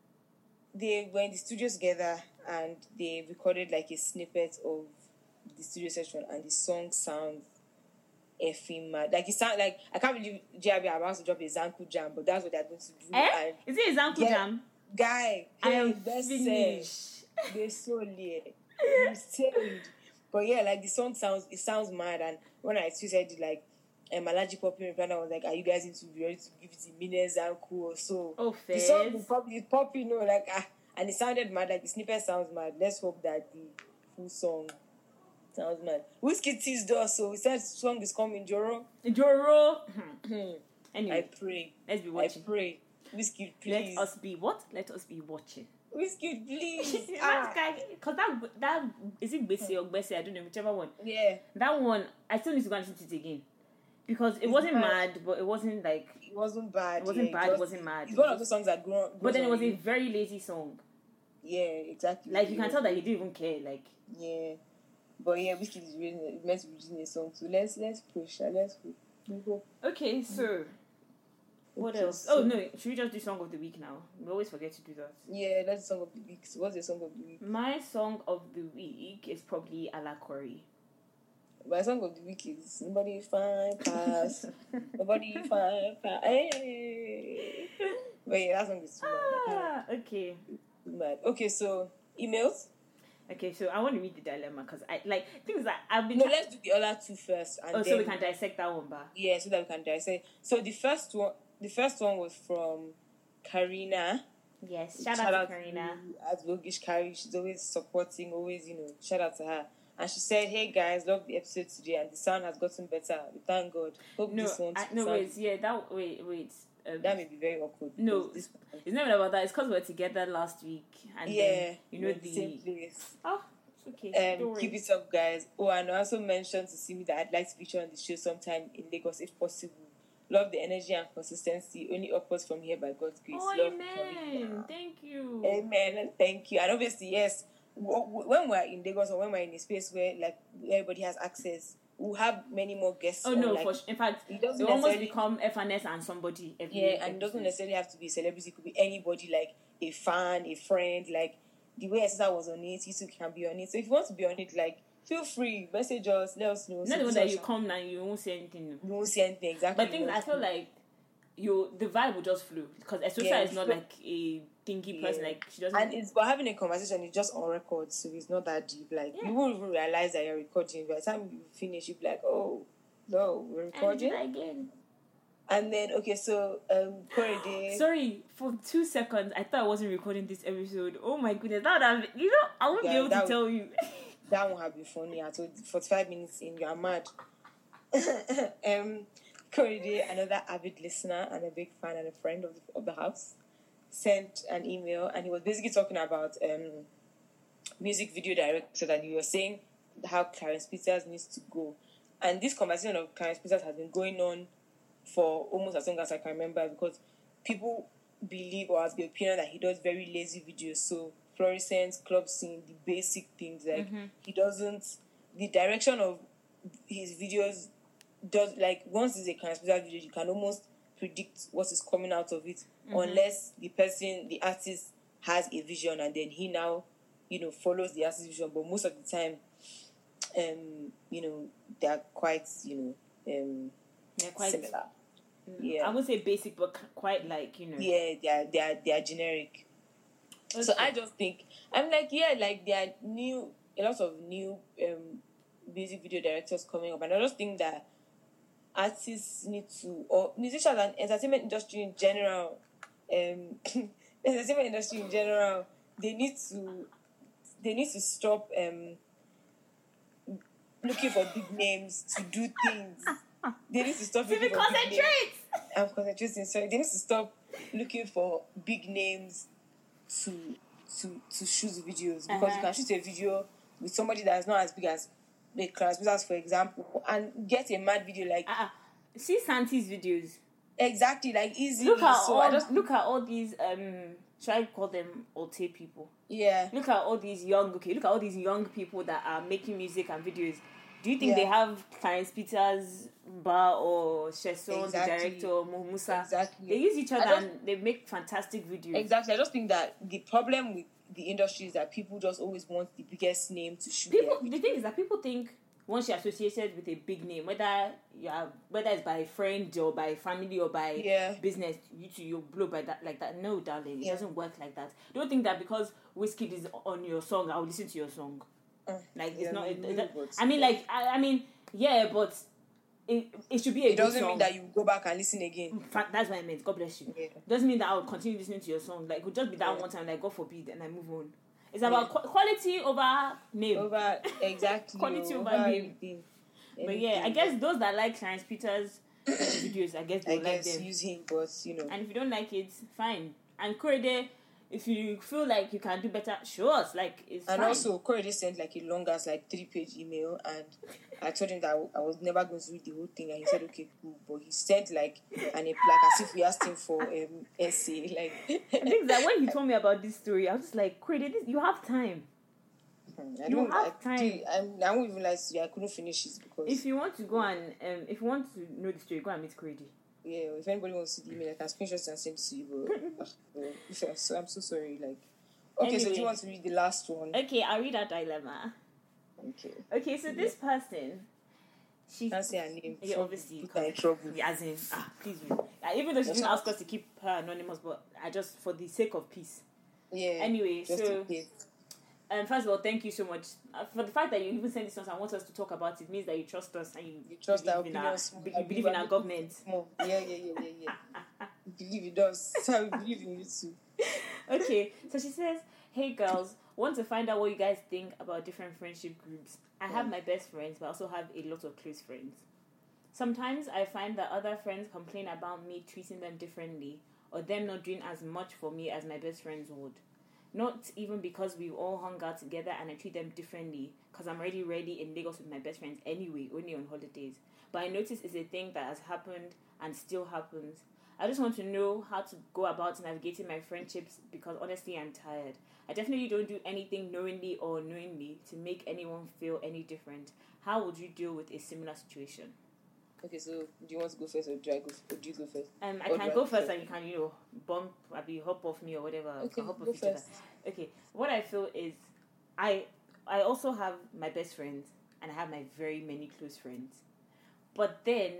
Speaker 2: They were in the studio together and they recorded like a snippet of the studio session, and the song sounds effing mad. Like it sound like I can't believe DRB are about to drop a Zanku jam, but that's what they're going to do.
Speaker 1: Eh?
Speaker 2: And
Speaker 1: Is it his uncle
Speaker 2: Yeah.
Speaker 1: Jam?
Speaker 2: guy,
Speaker 1: I
Speaker 2: hey,
Speaker 1: am
Speaker 2: best sell.
Speaker 1: finished.
Speaker 2: They're so lit. You saved. But yeah, like the song sounds it sounds mad and when I tweeted it like um Alaji Poppy replied I was like, Are you guys into be ready to give it the minutes and cool or so?
Speaker 1: Oh,
Speaker 2: the song
Speaker 1: Fez.
Speaker 2: is poppy it's poppy, you know, like ah and it sounded mad, like the snippet sounds mad. Let's hope that the full song sounds mad. Whiskey teased us, so he said song is coming, Joro.
Speaker 1: Joro. Hmm. anyway,
Speaker 2: I pray.
Speaker 1: let's be
Speaker 2: I
Speaker 1: watching.
Speaker 2: pray. Whiskey, please.
Speaker 1: Let us be what? Let us be watching.
Speaker 2: Whiskey, please.
Speaker 1: That
Speaker 2: ah.
Speaker 1: guy, cause that that is it Bessie or Bessie? I don't know whichever one.
Speaker 2: Yeah.
Speaker 1: That one, I still need to go and listen to it again because it wasn't
Speaker 2: bad.
Speaker 1: mad, but it wasn't like.
Speaker 2: It wasn't bad.
Speaker 1: It wasn't
Speaker 2: yeah,
Speaker 1: bad. It
Speaker 2: just-
Speaker 1: wasn't mad.
Speaker 2: It's one of those songs that grow.
Speaker 1: But then it
Speaker 2: grows
Speaker 1: was
Speaker 2: on
Speaker 1: a
Speaker 2: you.
Speaker 1: very lazy song.
Speaker 2: yeah, exactly.
Speaker 1: Like you
Speaker 2: yeah.
Speaker 1: can tell that he didn't even care. Like
Speaker 2: Yeah, but yeah, Whiskey is really meant to be using a song. So let's let's push. uh, Let's hope. We hope.
Speaker 1: okay, so what
Speaker 2: Okay,
Speaker 1: else?
Speaker 2: so-
Speaker 1: Oh no, should we just do song of the week now? We always forget to do that.
Speaker 2: Yeah, that's the song of the week. So what's the song of the week?
Speaker 1: My song of the week is probably Ala Corey.
Speaker 2: My song of the week is nobody find
Speaker 1: Ah,
Speaker 2: pass. nobody find pass. Hey. But yeah, that song is too mad.
Speaker 1: Ah, okay.
Speaker 2: Too mad. Okay, so emails.
Speaker 1: Okay, so I want to read the dilemma because I like things that I've been.
Speaker 2: No,
Speaker 1: try-
Speaker 2: let's do the other two first, and
Speaker 1: oh,
Speaker 2: then
Speaker 1: so we can dissect that one, but
Speaker 2: yeah, so that we can dissect. So the first one, the first one was from Karina.
Speaker 1: yes, shout, out, to Karina.
Speaker 2: As Vogish Carrie, she's always supporting, always, you know, shout out to her. And she said, Hey guys, love the episode today, and the sound has gotten better. We thank God. Hope
Speaker 1: No,
Speaker 2: this one
Speaker 1: I, no,
Speaker 2: sound-
Speaker 1: wait, yeah, that wait, wait. Um,
Speaker 2: that may be very awkward.
Speaker 1: No,
Speaker 2: because this,
Speaker 1: it's not even about that. It's because we were together last week, and
Speaker 2: yeah,
Speaker 1: then, you know
Speaker 2: we're in the same
Speaker 1: the.
Speaker 2: place.
Speaker 1: Oh, it's okay.
Speaker 2: Um,
Speaker 1: don't
Speaker 2: keep
Speaker 1: worry.
Speaker 2: it up, guys. Oh, and I also mentioned to Simi that I'd like to feature on the show sometime in Lagos if possible. Love the energy and consistency, only upwards from here by God's grace.
Speaker 1: Oh,
Speaker 2: Love, Karina.
Speaker 1: amen. Thank you.
Speaker 2: Amen. and Thank you. And obviously, yes, w- w- when we're in Lagos or when we're in a space where like everybody has access, we'll have many more guests.
Speaker 1: Oh
Speaker 2: on,
Speaker 1: no!
Speaker 2: like,
Speaker 1: for sh- in fact,
Speaker 2: it doesn't
Speaker 1: they almost
Speaker 2: necessarily-
Speaker 1: become FNS and somebody every.
Speaker 2: yeah, and it doesn't
Speaker 1: episode.
Speaker 2: necessarily have to be a celebrity. It could be anybody, like a fan, a friend, like the way Esther was on it, you too can be on it. So if you want to be on it, like feel free, message us, let us know.
Speaker 1: Not the
Speaker 2: So
Speaker 1: one
Speaker 2: this
Speaker 1: that you
Speaker 2: option-
Speaker 1: come and you won't see anything.
Speaker 2: you won't see anything exactly.
Speaker 1: But
Speaker 2: you
Speaker 1: things
Speaker 2: won't
Speaker 1: I feel
Speaker 2: see.
Speaker 1: like you the vibe will just flow because Esosa
Speaker 2: Yeah,
Speaker 1: is not
Speaker 2: but-
Speaker 1: like a thinky person.
Speaker 2: Yeah.
Speaker 1: Like she doesn't.
Speaker 2: and it's about having a conversation. It's just on record, so it's not that deep. Like
Speaker 1: Yeah.
Speaker 2: you won't even realize that you're recording. By the time you finish, you'll be like, oh no, we're
Speaker 1: And
Speaker 2: recording.
Speaker 1: did I again.
Speaker 2: And then okay, so um, Corey did.
Speaker 1: Sorry, for two seconds I thought I wasn't recording this episode. Oh my goodness, that would have you know I won't
Speaker 2: Yeah,
Speaker 1: be able to
Speaker 2: that would-
Speaker 1: tell you.
Speaker 2: that won't have been funny at all. 45 minutes in, you are mad. um, Corey Day, another avid listener and a big fan and a friend of the, of the house, sent an email and he was basically talking about um, music video director and he was saying how Clarence Peters needs to go. And this conversation of Clarence Peters has been going on for almost as long as I can remember because people believe or have the opinion that he does very lazy videos. So fluorescence, club scene, the basic things like he doesn't the direction of his videos does like once it's a conspiracy video you can almost predict what is coming out of it unless the person the artist has a vision and then he now you know follows the artist's vision but most of the time um you know they're quite you know um
Speaker 1: They're quite mm,
Speaker 2: similar
Speaker 1: I
Speaker 2: yeah
Speaker 1: would say basic but c- quite like, you know.
Speaker 2: yeah they are they are they are generic So I just think I'm like, yeah, like there are new a lot of new um, music video directors coming up, and I just think that artists need to or musicians and entertainment industry in general, um, entertainment industry in general, they need to they need to stop um, looking for big names to do things. They need to stop.
Speaker 1: TV
Speaker 2: looking for big names.
Speaker 1: concentrate.
Speaker 2: I'm concentrating. Sorry, they need to stop looking for big names to to to shoot videos because
Speaker 1: Uh-huh.
Speaker 2: you can shoot a video with somebody that's not as big as the class Peters, for example, and get a mad video like
Speaker 1: Uh-uh. See Santi's videos.
Speaker 2: exactly like easy.
Speaker 1: Look at
Speaker 2: so I
Speaker 1: all
Speaker 2: just
Speaker 1: look at all these um should I call them Ote people?
Speaker 2: yeah.
Speaker 1: Look at all these young okay, look at all these young people that are making music and videos. Do you think
Speaker 2: Yeah.
Speaker 1: they have Clarence Peters Ba or Sheson,
Speaker 2: Exactly.
Speaker 1: the director, Mo Musa?
Speaker 2: Exactly.
Speaker 1: They use each other
Speaker 2: just-
Speaker 1: and they make fantastic videos.
Speaker 2: Exactly. I just think that the problem with the industry is that people just always want the biggest name to shoot.
Speaker 1: People
Speaker 2: their-
Speaker 1: the thing is that people think once you're associated with a big name, whether you are whether it's by friend or by family or by
Speaker 2: Yeah.
Speaker 1: business, you two you blow by that like that. No, darling, it
Speaker 2: Yeah.
Speaker 1: doesn't work like that. Don't think that because whiskey is on your song, I'll listen to your song.
Speaker 2: Uh,
Speaker 1: Like
Speaker 2: yeah,
Speaker 1: it's not.
Speaker 2: no,
Speaker 1: It,
Speaker 2: no,
Speaker 1: it-
Speaker 2: no words.
Speaker 1: I mean, like I, I mean, yeah, but it, it should be a
Speaker 2: It doesn't
Speaker 1: good song.
Speaker 2: mean that you go back and listen again.
Speaker 1: Fa- That's what I meant. God bless you.
Speaker 2: Yeah.
Speaker 1: Doesn't mean that I'll continue listening to your song. Like it could just be that
Speaker 2: Yeah.
Speaker 1: one time. Like God forbid, and I move on. It's about qu- quality over name.
Speaker 2: Over exactly
Speaker 1: Quality over name.
Speaker 2: everything.
Speaker 1: But yeah, I
Speaker 2: Anything.
Speaker 1: guess those that like Clarence Peters videos, I guess
Speaker 2: I
Speaker 1: they'll like
Speaker 2: guess
Speaker 1: them.
Speaker 2: use him, but you know,
Speaker 1: And if you don't like it, fine. And Korede, if you feel like you can do better, show us. Like it's
Speaker 2: and
Speaker 1: fine.
Speaker 2: also Corey sent like a long as like three page email, and I told him that I w- I was never going to read the whole thing, and he said okay, cool, but he sent like an ep- like as if we asked him for um essay, like
Speaker 1: And things like when he told me about this story, I was just like, Korede, this, you have time.
Speaker 2: I
Speaker 1: You
Speaker 2: don't, I,
Speaker 1: have time.
Speaker 2: do- I'm, I won't even lie to you, I couldn't finish it because
Speaker 1: If you want to go and um, if you want to know the story, go and meet Korede.
Speaker 2: yeah, if anybody wants to the email, I can screenshot it and send it to you, but uh, I'm so I'm so sorry, like okay, so do you
Speaker 1: Anyway.
Speaker 2: want to read the last one?
Speaker 1: Okay, I'll read our dilemma.
Speaker 2: Okay,
Speaker 1: Okay, so this person, she
Speaker 2: can't say her name.
Speaker 1: Yeah, obviously,
Speaker 2: put her in trouble.
Speaker 1: Yeah, as in, ah, please, read. Like, even though she didn't ask us to keep her anonymous, but I just for the sake of peace.
Speaker 2: Yeah.
Speaker 1: Anyway,
Speaker 2: just
Speaker 1: so.
Speaker 2: in case.
Speaker 1: Um, first of all, thank you so much uh, for the fact that you even send this to us and want us to talk about it. Means that you trust us and you,
Speaker 2: You trust our
Speaker 1: believe in our,
Speaker 2: opinions.
Speaker 1: be- you believe in our government.
Speaker 2: More. Yeah, yeah, yeah, yeah, yeah. We believe in us. So we believe in you too.
Speaker 1: Okay, so she says, "Hey girls, want to find out what you guys think about different friendship groups? I have my best friends, but I also have a lot of close friends. Sometimes I find that other friends complain about me treating them differently or them not doing as much for me as my best friends would." Not even because we all hung out together and I treat them differently, because I'm already ready in Lagos with my best friends anyway, only on holidays. But I notice it's a thing that has happened and still happens. I just want to know how to go about navigating my friendships because honestly, I'm tired. I definitely don't do anything knowingly or unknowingly to make anyone feel any different. How would you deal with a similar situation?
Speaker 2: Okay, so do you want to go first or do I go? Or do you go first?
Speaker 1: Um, I can
Speaker 2: Or do I
Speaker 1: go
Speaker 2: go
Speaker 1: first
Speaker 2: first?
Speaker 1: and you can, you know, bump, I'll be hop off me or whatever. we
Speaker 2: Okay,
Speaker 1: can hop
Speaker 2: go
Speaker 1: off each other.
Speaker 2: first.
Speaker 1: Okay, what I feel is I I also have my best friends and I have my very many close friends. But then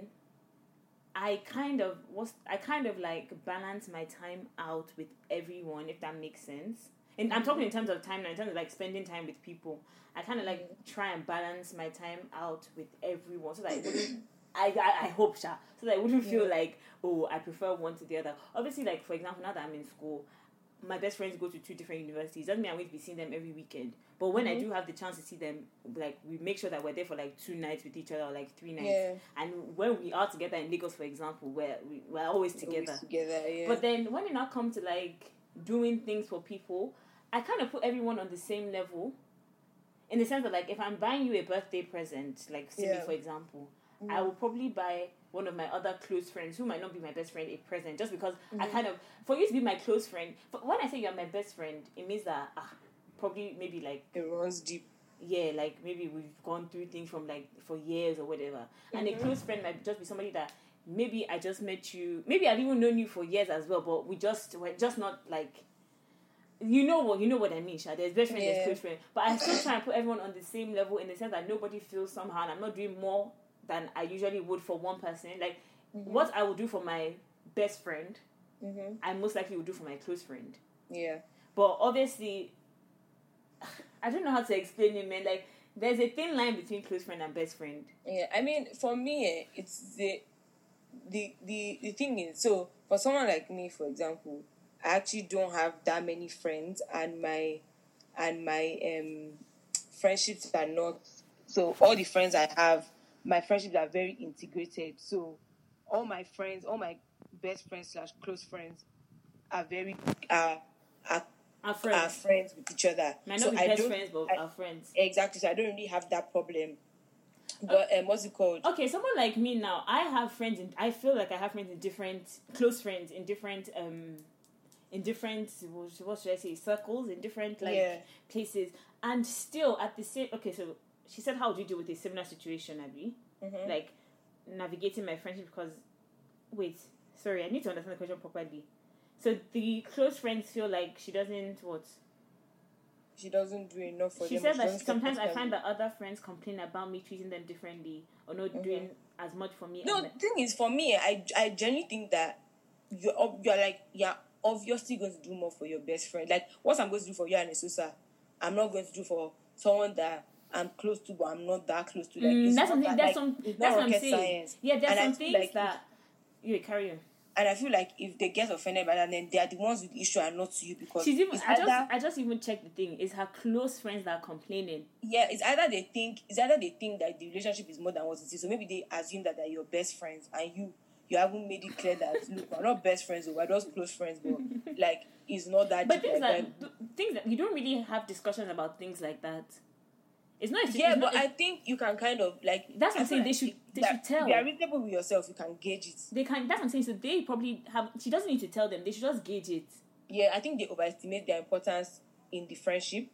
Speaker 1: I kind of was I kind of like balance my time out with everyone if that makes sense. And I'm talking in terms of time now, in terms of like spending time with people. I kind of like try and balance my time out with everyone so that I wouldn't. I, I, I hope Sha, so that I wouldn't feel like oh I prefer one to the other. Obviously, like for example, now that I'm in school, my best friends go to two different universities. Doesn't mean I'm going to be seeing them every weekend. But when I do have the chance to see them, like we make sure that we're there for like two nights with each other, or like three nights.
Speaker 2: Yeah.
Speaker 1: And when we are together in Lagos, for example, we're we, we're always together.
Speaker 2: Always together, yeah.
Speaker 1: But then when it now comes to like doing things for people, I kind of put everyone on the same level. In the sense that like if I'm buying you a birthday present, like Simi
Speaker 2: Yeah. Mm.
Speaker 1: for example, I will probably buy one of my other close friends who might not be my best friend a present just because
Speaker 2: Mm-hmm.
Speaker 1: I kind of for you to be my close friend. But when I say you're my best friend, it means that ah, probably maybe like
Speaker 2: it runs deep.
Speaker 1: yeah, like maybe we've gone through things from like for years or whatever. And
Speaker 2: Mm-hmm.
Speaker 1: a close friend might just be somebody that maybe I just met you, maybe I've even known you for years as well, but we just we're just not like you know what you know what I mean, Sha. There's best friend,
Speaker 2: Yeah.
Speaker 1: there's close friend. But I still try and put everyone on the same level in the sense that nobody feels somehow and I'm not doing more than I usually would for one person. Like what I would do for my best friend,
Speaker 2: Mm-hmm.
Speaker 1: I most likely would do for my close friend.
Speaker 2: Yeah.
Speaker 1: But obviously, I don't know how to explain it, man. Like, there's a thin line between close friend and best friend.
Speaker 2: Yeah, I mean, for me, eh, it's the the the the thing is so for someone like me, for example, I actually don't have that many friends, and my and my um friendships are not so all the friends I have, my friendships are very integrated. So all my friends, all my best friends slash close friends, are very are are,
Speaker 1: Our
Speaker 2: are
Speaker 1: friends.
Speaker 2: friends with each other.
Speaker 1: Might not
Speaker 2: so
Speaker 1: be
Speaker 2: I
Speaker 1: best
Speaker 2: don't
Speaker 1: friends, but
Speaker 2: I-
Speaker 1: our friends.
Speaker 2: exactly. So I don't really have that problem.
Speaker 1: Uh,
Speaker 2: But um, what's it called?
Speaker 1: Okay, someone like me now, I have friends in, I feel like I have friends in different, close friends in different, um, in different, what should- what should I say, circles, in different, like,
Speaker 2: Yeah.
Speaker 1: places. And still at the same, okay, so she said, how do you deal with a similar situation, Abby?
Speaker 2: Mm-hmm.
Speaker 1: Like, navigating my friendship because, wait, sorry, I need to understand the question properly. So the close friends feel like she doesn't what?
Speaker 2: she doesn't do enough for
Speaker 1: she
Speaker 2: them.
Speaker 1: said
Speaker 2: she
Speaker 1: that
Speaker 2: doesn't
Speaker 1: sometimes I
Speaker 2: support
Speaker 1: find
Speaker 2: them.
Speaker 1: that other friends complain about me treating them differently or not doing as much for me.
Speaker 2: Mm-hmm. No,
Speaker 1: and-
Speaker 2: the thing is, for me, I I genuinely think that you're ob- you're like you're obviously going to do more for your best friend. Like what I'm going to do for you and Esusa, I'm not going to do for someone that I'm close to, but I'm not that close to. Like
Speaker 1: Mm,
Speaker 2: it's
Speaker 1: that's
Speaker 2: not
Speaker 1: something.
Speaker 2: that-
Speaker 1: That's
Speaker 2: like,
Speaker 1: some.
Speaker 2: it's not
Speaker 1: That's what I'm
Speaker 2: rocket
Speaker 1: saying.
Speaker 2: science.
Speaker 1: Yeah, there's
Speaker 2: And I
Speaker 1: some
Speaker 2: feel
Speaker 1: things
Speaker 2: like
Speaker 1: that. You carry on.
Speaker 2: And I feel like if they get offended by that, then they are the ones with the issue and not you because
Speaker 1: She's even.
Speaker 2: it's
Speaker 1: I just.
Speaker 2: either-
Speaker 1: I just even checked the thing. It's her close friends that are complaining.
Speaker 2: yeah, it's either they think it's either they think that the relationship is more than what it is. So maybe they assume that they're your best friends and you you haven't made it clear that look, we're not best friends, oh, we're just close friends, but like it's not that
Speaker 1: But
Speaker 2: deep
Speaker 1: things
Speaker 2: like
Speaker 1: that things that you don't really have discussions about things like that. It's not.
Speaker 2: that. Yeah,
Speaker 1: it's not-
Speaker 2: but I think you can kind of like
Speaker 1: That's what
Speaker 2: I
Speaker 1: I'm saying,
Speaker 2: feel
Speaker 1: they should- they
Speaker 2: that
Speaker 1: should tell.
Speaker 2: If you are reasonable with yourself, you can gauge it.
Speaker 1: they can. That's what I'm saying. So they probably have. She doesn't need to tell them. They should just gauge it.
Speaker 2: Yeah, I think they overestimate their importance in the friendship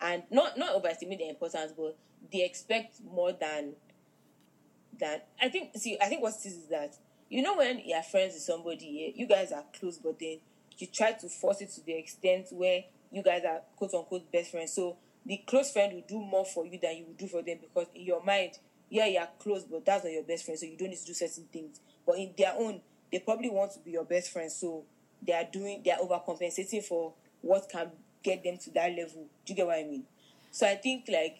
Speaker 2: and not not overestimate their importance, but they expect more than that I think see I think what it is is that you know when you're friends with somebody, eh, you guys are close, but then you try to force it to the extent where you guys are quote unquote best friends. So the close friend will do more for you than you would do for them because in your mind, yeah, you are close, but that's not your best friend, so you don't need to do certain things. But in their own, they probably want to be your best friend, so they are doing they are overcompensating for what can get them to that level. Do you get what I mean? So I think like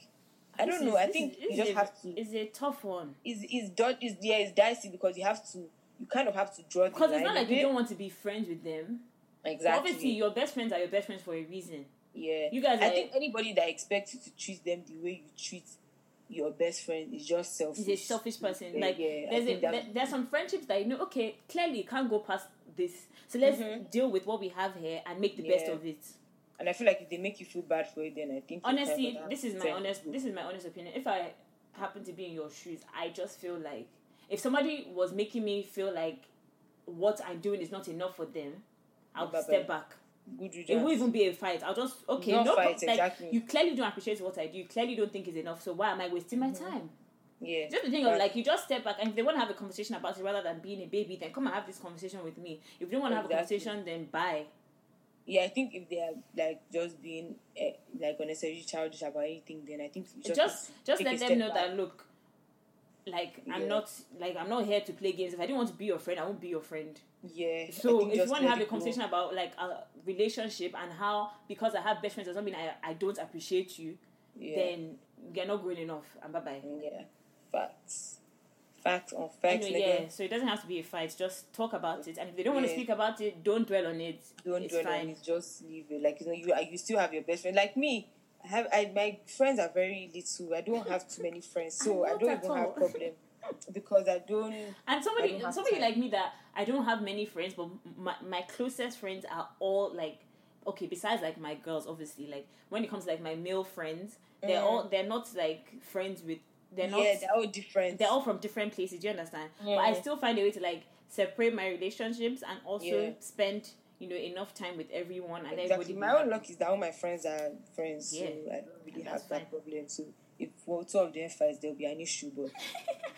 Speaker 2: I
Speaker 1: This
Speaker 2: don't know.
Speaker 1: is-
Speaker 2: I
Speaker 1: this
Speaker 2: think
Speaker 1: is-
Speaker 2: you
Speaker 1: this
Speaker 2: just
Speaker 1: is a-
Speaker 2: have to
Speaker 1: It's a tough one
Speaker 2: is is dodge is yeah is dicey because you have to you kind of have to draw the
Speaker 1: because
Speaker 2: line
Speaker 1: it's not
Speaker 2: a
Speaker 1: like you
Speaker 2: bit.
Speaker 1: don't want to be friends with them.
Speaker 2: exactly
Speaker 1: Obviously, your best friends are your best friends for a reason.
Speaker 2: yeah
Speaker 1: you guys
Speaker 2: I
Speaker 1: are-
Speaker 2: think anybody that expects you to treat them the way you treat your best friend is just selfish
Speaker 1: is a selfish person.
Speaker 2: Yeah,
Speaker 1: like
Speaker 2: yeah, I
Speaker 1: there's a,
Speaker 2: think that-
Speaker 1: there- there's some friendships that you know, okay, clearly you can't go past this. So let's deal with what we have here and make the best
Speaker 2: Mm-hmm. Yeah.
Speaker 1: of it.
Speaker 2: and I feel like if they make you feel bad for it then I think you
Speaker 1: Honestly,
Speaker 2: kind of
Speaker 1: this is
Speaker 2: have
Speaker 1: my
Speaker 2: to-
Speaker 1: honest this is my honest opinion. If I happen to be in your shoes, I just feel like if somebody was making me feel like what I'm doing is not enough for them, I'll
Speaker 2: Bye-bye.
Speaker 1: step back.
Speaker 2: good
Speaker 1: It won't
Speaker 2: riddance.
Speaker 1: even be a fight. I'll just okay.
Speaker 2: No
Speaker 1: No, pro-
Speaker 2: fight,
Speaker 1: like,
Speaker 2: exactly.
Speaker 1: You clearly don't appreciate what I do. You clearly don't think it's enough. So why am I wasting my
Speaker 2: Mm-hmm.
Speaker 1: time?
Speaker 2: yeah
Speaker 1: Just the thing of like you just step back and if they want to have a conversation about it rather than being a baby, then come and have this conversation with me. If you don't want to have
Speaker 2: Exactly.
Speaker 1: a conversation, then bye.
Speaker 2: yeah, I think if they are like just being eh, like unnecessarily childish about anything, then I think you
Speaker 1: just
Speaker 2: just
Speaker 1: just,
Speaker 2: take
Speaker 1: let
Speaker 2: a
Speaker 1: them
Speaker 2: step
Speaker 1: know
Speaker 2: back.
Speaker 1: that look like i'm
Speaker 2: Yeah.
Speaker 1: not like i'm not here to play games if i don't want to be your friend i won't be your friend
Speaker 2: yeah. I
Speaker 1: so
Speaker 2: think
Speaker 1: if you
Speaker 2: just
Speaker 1: want to
Speaker 2: let
Speaker 1: have a
Speaker 2: it go.
Speaker 1: conversation about like a relationship and how because i have best friends doesn't mean i, I don't appreciate you
Speaker 2: yeah,
Speaker 1: then you're not good enough and bye-bye
Speaker 2: yeah, facts, facts on facts.
Speaker 1: anyway,
Speaker 2: nigga.
Speaker 1: yeah so it doesn't have to be a fight just talk about it and if they don't want to
Speaker 2: Yeah.
Speaker 1: speak about it don't dwell on it
Speaker 2: don't
Speaker 1: it's
Speaker 2: dwell
Speaker 1: fine
Speaker 2: on it. Just leave it. Like you know, you are- you still have your best friend. Like me, I have. I my friends are very little. I don't have too many friends, so I
Speaker 1: Ah, Not
Speaker 2: don't
Speaker 1: at
Speaker 2: even
Speaker 1: all.
Speaker 2: have problem because I don't.
Speaker 1: And
Speaker 2: I
Speaker 1: somebody,
Speaker 2: don't have
Speaker 1: somebody
Speaker 2: time.
Speaker 1: like me that I don't have many friends, but my, my closest friends are all like okay. Besides like my girls, obviously, like when it comes to like my male friends, they're
Speaker 2: Mm.
Speaker 1: all they're not like friends with they're not
Speaker 2: yeah, they're all different.
Speaker 1: they're all from different places. Do you understand?
Speaker 2: Yeah.
Speaker 1: But I still find a way to like separate my relationships and also
Speaker 2: Yeah.
Speaker 1: spend you know enough time with everyone and
Speaker 2: exactly.
Speaker 1: everybody.
Speaker 2: My own luck is that all my friends are friends, so
Speaker 1: Yeah.
Speaker 2: I don't really
Speaker 1: And
Speaker 2: have
Speaker 1: that's
Speaker 2: that
Speaker 1: fine.
Speaker 2: problem. So if well, two of them fights, there'll be an issue.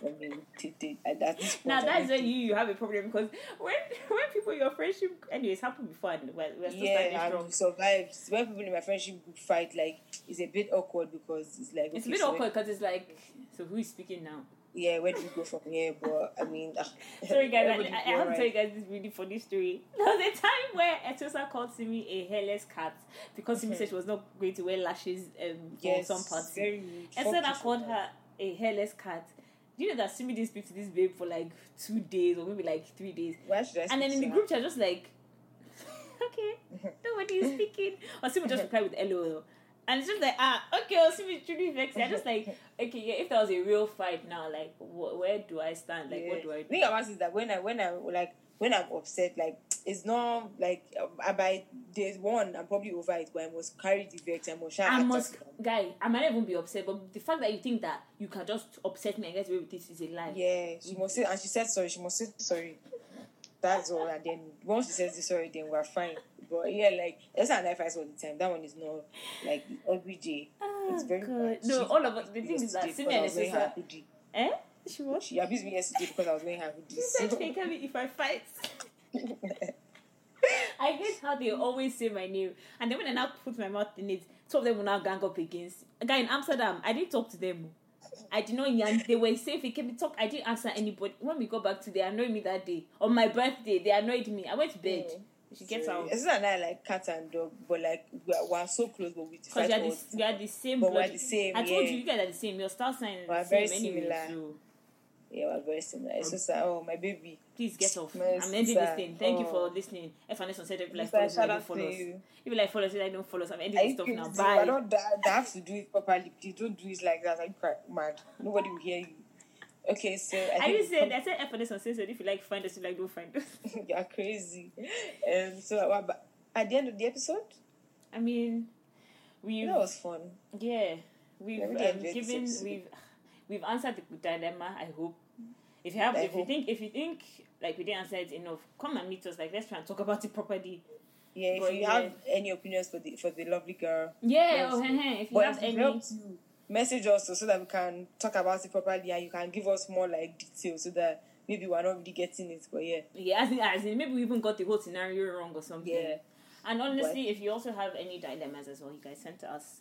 Speaker 2: But I mean, t- t- at at this point,
Speaker 1: Now
Speaker 2: I
Speaker 1: that's
Speaker 2: don't
Speaker 1: where
Speaker 2: think-
Speaker 1: you, you have a problem because when when people your friendship anyways happened before and we're, we're still standing
Speaker 2: yeah,
Speaker 1: strong.
Speaker 2: I've survived. When people in my friendship group fight, like it's a bit awkward because it's like
Speaker 1: It's a
Speaker 2: okay,
Speaker 1: bit
Speaker 2: so when-
Speaker 1: awkward because it's like, so who is speaking now?
Speaker 2: yeah, where do we go from here? But I mean, ah,
Speaker 1: Sorry guys,
Speaker 2: everybody
Speaker 1: I, I, I
Speaker 2: go
Speaker 1: have to tell you
Speaker 2: right.
Speaker 1: guys this really funny story. There was a time where Etosa called Simi a hairless cat because Simi said she was not going to wear lashes um, for
Speaker 2: Yes,
Speaker 1: some party.
Speaker 2: very rude. Fuck you
Speaker 1: Etosa
Speaker 2: so
Speaker 1: called
Speaker 2: much.
Speaker 1: her a hairless cat. Do you know that Simi didn't speak to this babe for like two days or maybe like three days?
Speaker 2: Why should I
Speaker 1: And then in
Speaker 2: speak
Speaker 1: the
Speaker 2: to her?
Speaker 1: group chat, just like, okay, nobody is speaking. Or Simi just replied with LOL. And it's just like, ah, okay, or Simi truly vexed. I'm just like, okay, yeah, if there was a real fight now, like, wh- where do I stand? Like, what do I
Speaker 2: The
Speaker 1: do?
Speaker 2: thing about it is that when I when I like when I'm upset, like it's not like um, I by there's one I'm probably over it, but I must carry the vex. I must try
Speaker 1: I
Speaker 2: and
Speaker 1: must,
Speaker 2: attack them.
Speaker 1: guy, I might not even be upset, but the fact that you think that you can just upset me and get away with this is a lie.
Speaker 2: Yeah, she must say, and she said sorry. She must say sorry. That's all. And then once she says the sorry, then we're fine. But yeah, like that's not life all the time. That one is not like every day.
Speaker 1: Ah,
Speaker 2: It's very
Speaker 1: God.
Speaker 2: bad.
Speaker 1: No,
Speaker 2: She-
Speaker 1: all of us- the thing is that Simi
Speaker 2: yesterday
Speaker 1: and
Speaker 2: because I was wearing her
Speaker 1: Etosa,
Speaker 2: hoodie.
Speaker 1: eh? She was.
Speaker 2: She abused me yesterday because I was wearing her hoodie.
Speaker 1: She said,
Speaker 2: So-
Speaker 1: "Take care of me if I fight." I hate how they always say my name, and then when I now put my mouth in it, two of them will now gang up against. Guy in Amsterdam, I didn't talk to them. I did not yarn. They were safe. It came talk. I didn't answer anybody. When we go back to, they annoyed me that day on my birthday. They annoyed me. I went to bed.
Speaker 2: Mm.
Speaker 1: She gets out
Speaker 2: It's not like, like cat and dog, but like we are, we are so close, but we
Speaker 1: because
Speaker 2: decide.
Speaker 1: you are
Speaker 2: all
Speaker 1: the you are the same.
Speaker 2: But we're
Speaker 1: bloody-
Speaker 2: the same,
Speaker 1: I told
Speaker 2: yeah.
Speaker 1: you, you guys are the same. Your star sign is
Speaker 2: We're
Speaker 1: the
Speaker 2: very
Speaker 1: same anyway.
Speaker 2: similar.
Speaker 1: So
Speaker 2: Yeah, we're very similar.
Speaker 1: Um,
Speaker 2: It's just like, oh, my baby.
Speaker 1: please get off.
Speaker 2: My
Speaker 1: I'm ending this
Speaker 2: sister.
Speaker 1: thing. Thank you for
Speaker 2: Oh.
Speaker 1: listening. If I on said if you like
Speaker 2: Sister,
Speaker 1: follow,
Speaker 2: shout
Speaker 1: like,
Speaker 2: out to
Speaker 1: follow us.
Speaker 2: you.
Speaker 1: If you like follow us, if you like don't follow us. I'm ending
Speaker 2: I
Speaker 1: this stuff now.
Speaker 2: do, I
Speaker 1: Bye.
Speaker 2: don't I, I have to do it properly. Please don't do it like that. I crack mad. Nobody will hear you. Okay, so I,
Speaker 1: I
Speaker 2: think-
Speaker 1: just said I said F on this on said if you like find us, if you like don't find us.
Speaker 2: you are crazy. Um, so uh, but at the end of the episode,
Speaker 1: I mean, we've
Speaker 2: that was fun.
Speaker 1: yeah, we've
Speaker 2: I
Speaker 1: um,
Speaker 2: really enjoyed this
Speaker 1: given
Speaker 2: episode.
Speaker 1: we've we've answered the dilemma. I hope. If you have,
Speaker 2: I
Speaker 1: if you
Speaker 2: hope.
Speaker 1: think, if you think like we didn't answer it enough, come and meet us. Like let's try and talk about it properly.
Speaker 2: Yeah, if
Speaker 1: But
Speaker 2: you
Speaker 1: yeah.
Speaker 2: have any opinions for the for the lovely girl,
Speaker 1: Yeah.
Speaker 2: Yes.
Speaker 1: Oh, heh, heh. if you
Speaker 2: but
Speaker 1: have
Speaker 2: if it
Speaker 1: any,
Speaker 2: helps you, message us so, so that we can talk about it properly and you can give us more like details so that maybe we're not really getting it. But yeah,
Speaker 1: yeah, as in, as in maybe we even got the whole scenario wrong or something.
Speaker 2: yeah.
Speaker 1: And honestly, if you also have any dilemmas as well, you guys send to us.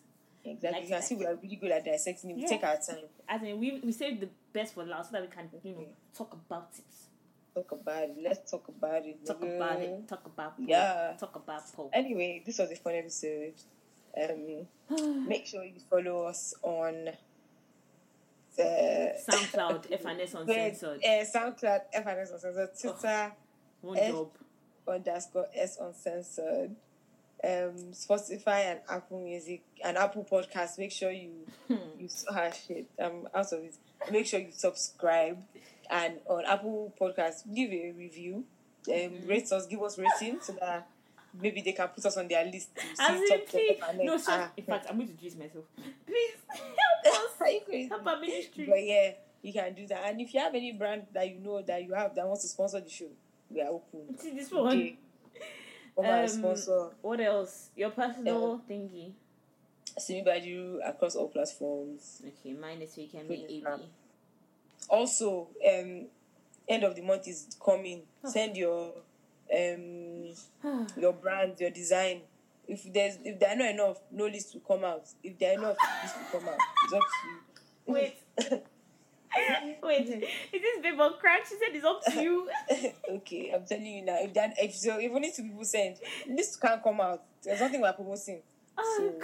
Speaker 2: Exactly.
Speaker 1: Like
Speaker 2: you can see we are really good at dissecting it. We
Speaker 1: Yeah.
Speaker 2: take our time,
Speaker 1: As in, we we save the best for last so that we can you know talk about it,
Speaker 2: talk about it. Let's talk about it.
Speaker 1: talk
Speaker 2: nigga.
Speaker 1: about it, talk about Paul,
Speaker 2: Yeah.
Speaker 1: talk about Paul.
Speaker 2: Anyway, this was a fun episode. Um, make sure you follow us on uh,
Speaker 1: SoundCloud, FNS uncensored,
Speaker 2: Uh, SoundCloud, FNS Uncensored,
Speaker 1: Oh.
Speaker 2: Twitter
Speaker 1: one
Speaker 2: eh.
Speaker 1: job.
Speaker 2: underscore S Uncensored, um, Spotify and Apple Music and Apple Podcasts. Make sure you
Speaker 1: Hmm.
Speaker 2: you s- ah, shit. I'm out of it. Make sure you subscribe and on Apple Podcasts give a review. Um,
Speaker 1: Mm-hmm.
Speaker 2: rate us, give us rating so that maybe they can put us on their list. to see
Speaker 1: As in,
Speaker 2: top
Speaker 1: please,
Speaker 2: ten and
Speaker 1: no,
Speaker 2: then-
Speaker 1: sir.
Speaker 2: ah.
Speaker 1: In fact, I'm going to juice myself. Please help us,
Speaker 2: Are you crazy?
Speaker 1: help our ministry.
Speaker 2: But yeah, you can do that. And if you have any brand that you know that you have that wants to sponsor the show, we are open.
Speaker 1: See this one.
Speaker 2: Okay. Come and
Speaker 1: Um,
Speaker 2: sponsor
Speaker 1: What else? Your personal thingy.
Speaker 2: Simi Badu across all platforms.
Speaker 1: Okay, mine is weekend with AB.
Speaker 2: Instagram. Also, um, end of the month is coming. Send your um
Speaker 1: uh,
Speaker 2: your brand, your design. If there's if there are not enough, no list will come out. If there are enough, list will come out. It's up to you.
Speaker 1: Wait. Wait, is this babe on crack? She said it's up to you.
Speaker 2: okay, I'm telling you now. If that if so, if only two people send, list can't come out. There's nothing we're promoting.
Speaker 1: Oh
Speaker 2: So-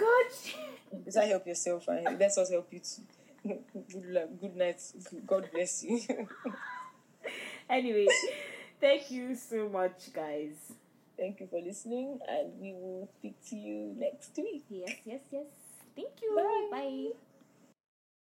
Speaker 1: God!
Speaker 2: Besides, help yourself, and let us help you too. good luck. Good night. God bless you.
Speaker 1: Anyway, thank you so much, guys.
Speaker 2: Thank you for listening, and we will speak to you next week.
Speaker 1: Yes, yes, yes.